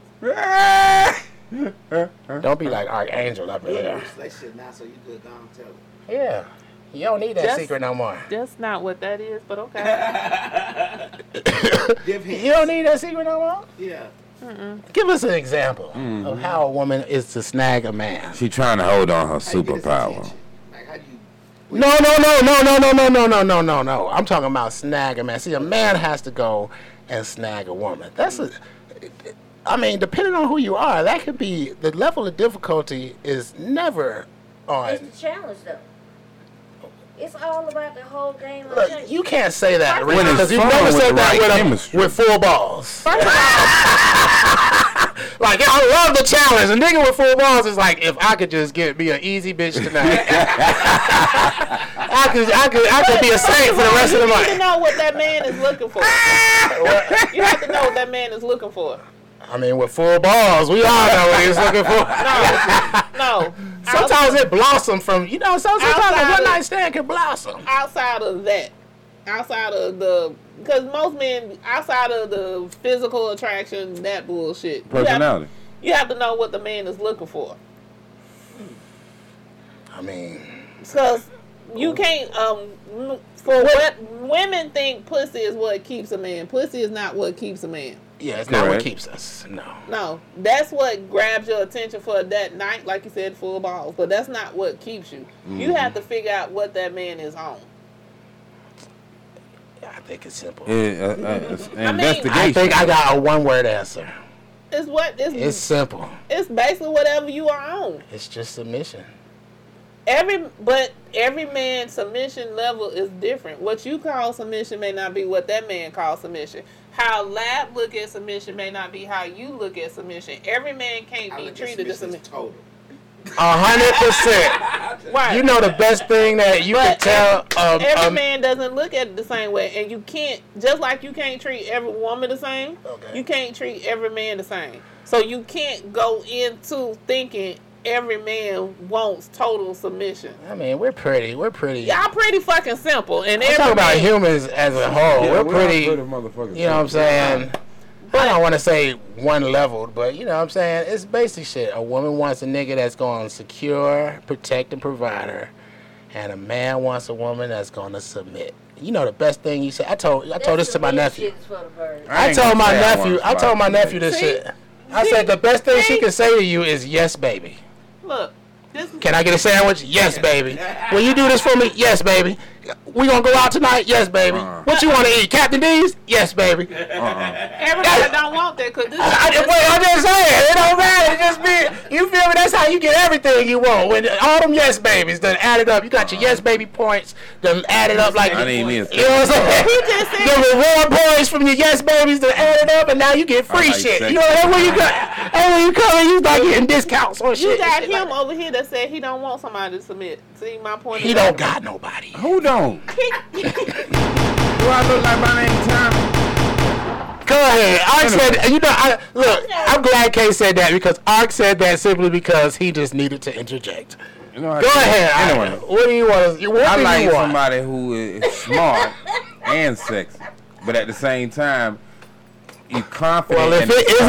[SPEAKER 2] Don't be like Archangel up in
[SPEAKER 3] Yeah.
[SPEAKER 2] here.
[SPEAKER 3] That shit now, so you could go and tell it.
[SPEAKER 2] Yeah. You don't need that
[SPEAKER 4] Just-
[SPEAKER 2] secret no more.
[SPEAKER 4] That's not what that is, but okay.
[SPEAKER 3] Give hints.
[SPEAKER 2] You don't need that secret no more?
[SPEAKER 3] Yeah.
[SPEAKER 2] Give us an example of how a woman is to snag a man.
[SPEAKER 5] She trying to hold on her
[SPEAKER 3] How you get his
[SPEAKER 5] superpower.
[SPEAKER 3] attention? Like how do you?
[SPEAKER 2] No, no, no, no, no, no, no, no, no, no, no, no. I'm talking about snag a man. See, a man has to go and snag a woman. That's a. I mean, depending on who you are, that could be the level of difficulty is never on.
[SPEAKER 6] It's the challenge, though. It's all about the whole game. of
[SPEAKER 2] Look,
[SPEAKER 6] chase.
[SPEAKER 2] you can't say that,
[SPEAKER 5] When it's
[SPEAKER 2] because you've
[SPEAKER 5] fun
[SPEAKER 2] never
[SPEAKER 5] with
[SPEAKER 2] said
[SPEAKER 5] the
[SPEAKER 2] that
[SPEAKER 5] right
[SPEAKER 2] with, a,
[SPEAKER 5] chemistry.
[SPEAKER 2] with full balls.
[SPEAKER 4] First of all,
[SPEAKER 2] Like, I love the challenge. A nigga with full balls is like, if I could just get be an easy bitch tonight, I could, I could, I could be a saint for the rest of the
[SPEAKER 4] you need to
[SPEAKER 2] month.
[SPEAKER 4] know what that man is looking for.
[SPEAKER 2] Ah!
[SPEAKER 4] you have to know what that man is looking for.
[SPEAKER 2] I mean, with full balls, we all know what he's looking for.
[SPEAKER 4] No, no.
[SPEAKER 2] Sometimes it blossom from you know. so- Sometimes a
[SPEAKER 4] Outside
[SPEAKER 2] one
[SPEAKER 4] of-
[SPEAKER 2] night stand can blossom.
[SPEAKER 4] outside of that, outside of the, because most men outside of the physical attraction, that bullshit. you have-
[SPEAKER 5] Personality.
[SPEAKER 4] You have, to know what the man is looking for,
[SPEAKER 2] I mean,
[SPEAKER 4] because you can't. Um, m- for what women think, pussy is what keeps a man. Pussy is not what keeps a man.
[SPEAKER 2] yeah, it's not what
[SPEAKER 5] Correct.
[SPEAKER 2] keeps us. No,
[SPEAKER 4] No, that's what grabs your attention for that night, like you said, full balls. But that's not what keeps you. You have to figure out what that man is on.
[SPEAKER 2] I think it's simple.
[SPEAKER 5] Yeah, uh, uh, it's an
[SPEAKER 4] I mean, I
[SPEAKER 5] investigation.
[SPEAKER 2] I think I got a one word answer.
[SPEAKER 4] It's what it's
[SPEAKER 2] It's
[SPEAKER 4] it's,
[SPEAKER 2] simple.
[SPEAKER 4] basically whatever you are on.
[SPEAKER 2] It's just submission.
[SPEAKER 4] Every but every man's submission level is different. What you call submission may not be what that man calls submission. How lab look at submission may not be how you look at submission. Every man can't
[SPEAKER 3] I
[SPEAKER 4] be
[SPEAKER 3] look at
[SPEAKER 4] treated as
[SPEAKER 3] submission
[SPEAKER 4] submission.
[SPEAKER 3] as total.
[SPEAKER 2] A hundred percent.
[SPEAKER 4] Right.
[SPEAKER 2] You know the best thing that you
[SPEAKER 4] But
[SPEAKER 2] can tell.
[SPEAKER 4] every
[SPEAKER 2] Um, um,
[SPEAKER 4] man doesn't look at it the same way, and you can't just like you can't treat every woman the same.
[SPEAKER 2] Okay.
[SPEAKER 4] You can't treat every man the same. So you can't go into thinking every man wants total submission.
[SPEAKER 2] I mean, we're pretty. We're pretty.
[SPEAKER 4] Y'all pretty fucking simple, and
[SPEAKER 2] I'm
[SPEAKER 4] every
[SPEAKER 2] talking about
[SPEAKER 4] man-
[SPEAKER 2] humans as a whole.
[SPEAKER 5] Yeah,
[SPEAKER 2] we're,
[SPEAKER 5] we are
[SPEAKER 2] pretty.
[SPEAKER 5] motherfuckers.
[SPEAKER 2] You know what I'm saying? I don't want to say one leveled, but you know what I'm saying? It's basic shit. A woman wants a nigga that's going to secure, protect, and provide her, and a man wants a woman that's going to submit. You know the best thing you said. I told I told
[SPEAKER 6] That's
[SPEAKER 2] this to my
[SPEAKER 6] the real
[SPEAKER 2] nephew.
[SPEAKER 6] shit is for the birds.
[SPEAKER 2] I
[SPEAKER 5] ain't
[SPEAKER 2] told
[SPEAKER 5] gonna
[SPEAKER 2] my
[SPEAKER 5] say I
[SPEAKER 2] nephew.
[SPEAKER 5] want
[SPEAKER 2] I told my
[SPEAKER 5] somebody.
[SPEAKER 2] nephew this
[SPEAKER 4] See?
[SPEAKER 2] shit. I said the best thing she can say to you is yes, baby.
[SPEAKER 4] Look, this is
[SPEAKER 2] Can I get a sandwich? Yes, baby. Will you do this for me? Yes, baby. We gonna go out tonight? Yes, baby.
[SPEAKER 5] Uh-uh.
[SPEAKER 2] What you wanna eat? Captain D's? Yes, baby.
[SPEAKER 4] everybody don't want that because this.
[SPEAKER 2] I, I- wait, I'm just saying, it don't matter. It just be, you feel me? That's how you get everything you want. When all them yes babies done added up, you got your yes baby points done added up like
[SPEAKER 5] I didn't even
[SPEAKER 2] you know what I'm saying?
[SPEAKER 4] He just said-
[SPEAKER 2] the reward points from your yes babies done added up, and now you get free
[SPEAKER 5] I like
[SPEAKER 2] shit.
[SPEAKER 5] sex.
[SPEAKER 2] You know that's where you got. That's where you come and you start getting discounts on shit.
[SPEAKER 4] you
[SPEAKER 2] and
[SPEAKER 4] got
[SPEAKER 2] shit
[SPEAKER 4] him
[SPEAKER 2] like
[SPEAKER 4] over here that said he don't want somebody to submit. See my point.
[SPEAKER 2] that. He
[SPEAKER 4] is-
[SPEAKER 2] don't got nobody.
[SPEAKER 5] Who don't? Do I look like my name Tommy?
[SPEAKER 2] Go ahead. Ark said, you know, I, look, I'm glad Kay said that because Ark said that simply because he just needed to interject.
[SPEAKER 5] You know, I-
[SPEAKER 2] Go ahead. Anyway,
[SPEAKER 5] Anyway,
[SPEAKER 2] what do you want? What
[SPEAKER 5] I
[SPEAKER 2] do
[SPEAKER 5] like
[SPEAKER 2] you want?
[SPEAKER 5] somebody who is smart and sexy, but at the same time, you confident.
[SPEAKER 2] well, if
[SPEAKER 5] and
[SPEAKER 2] it isn't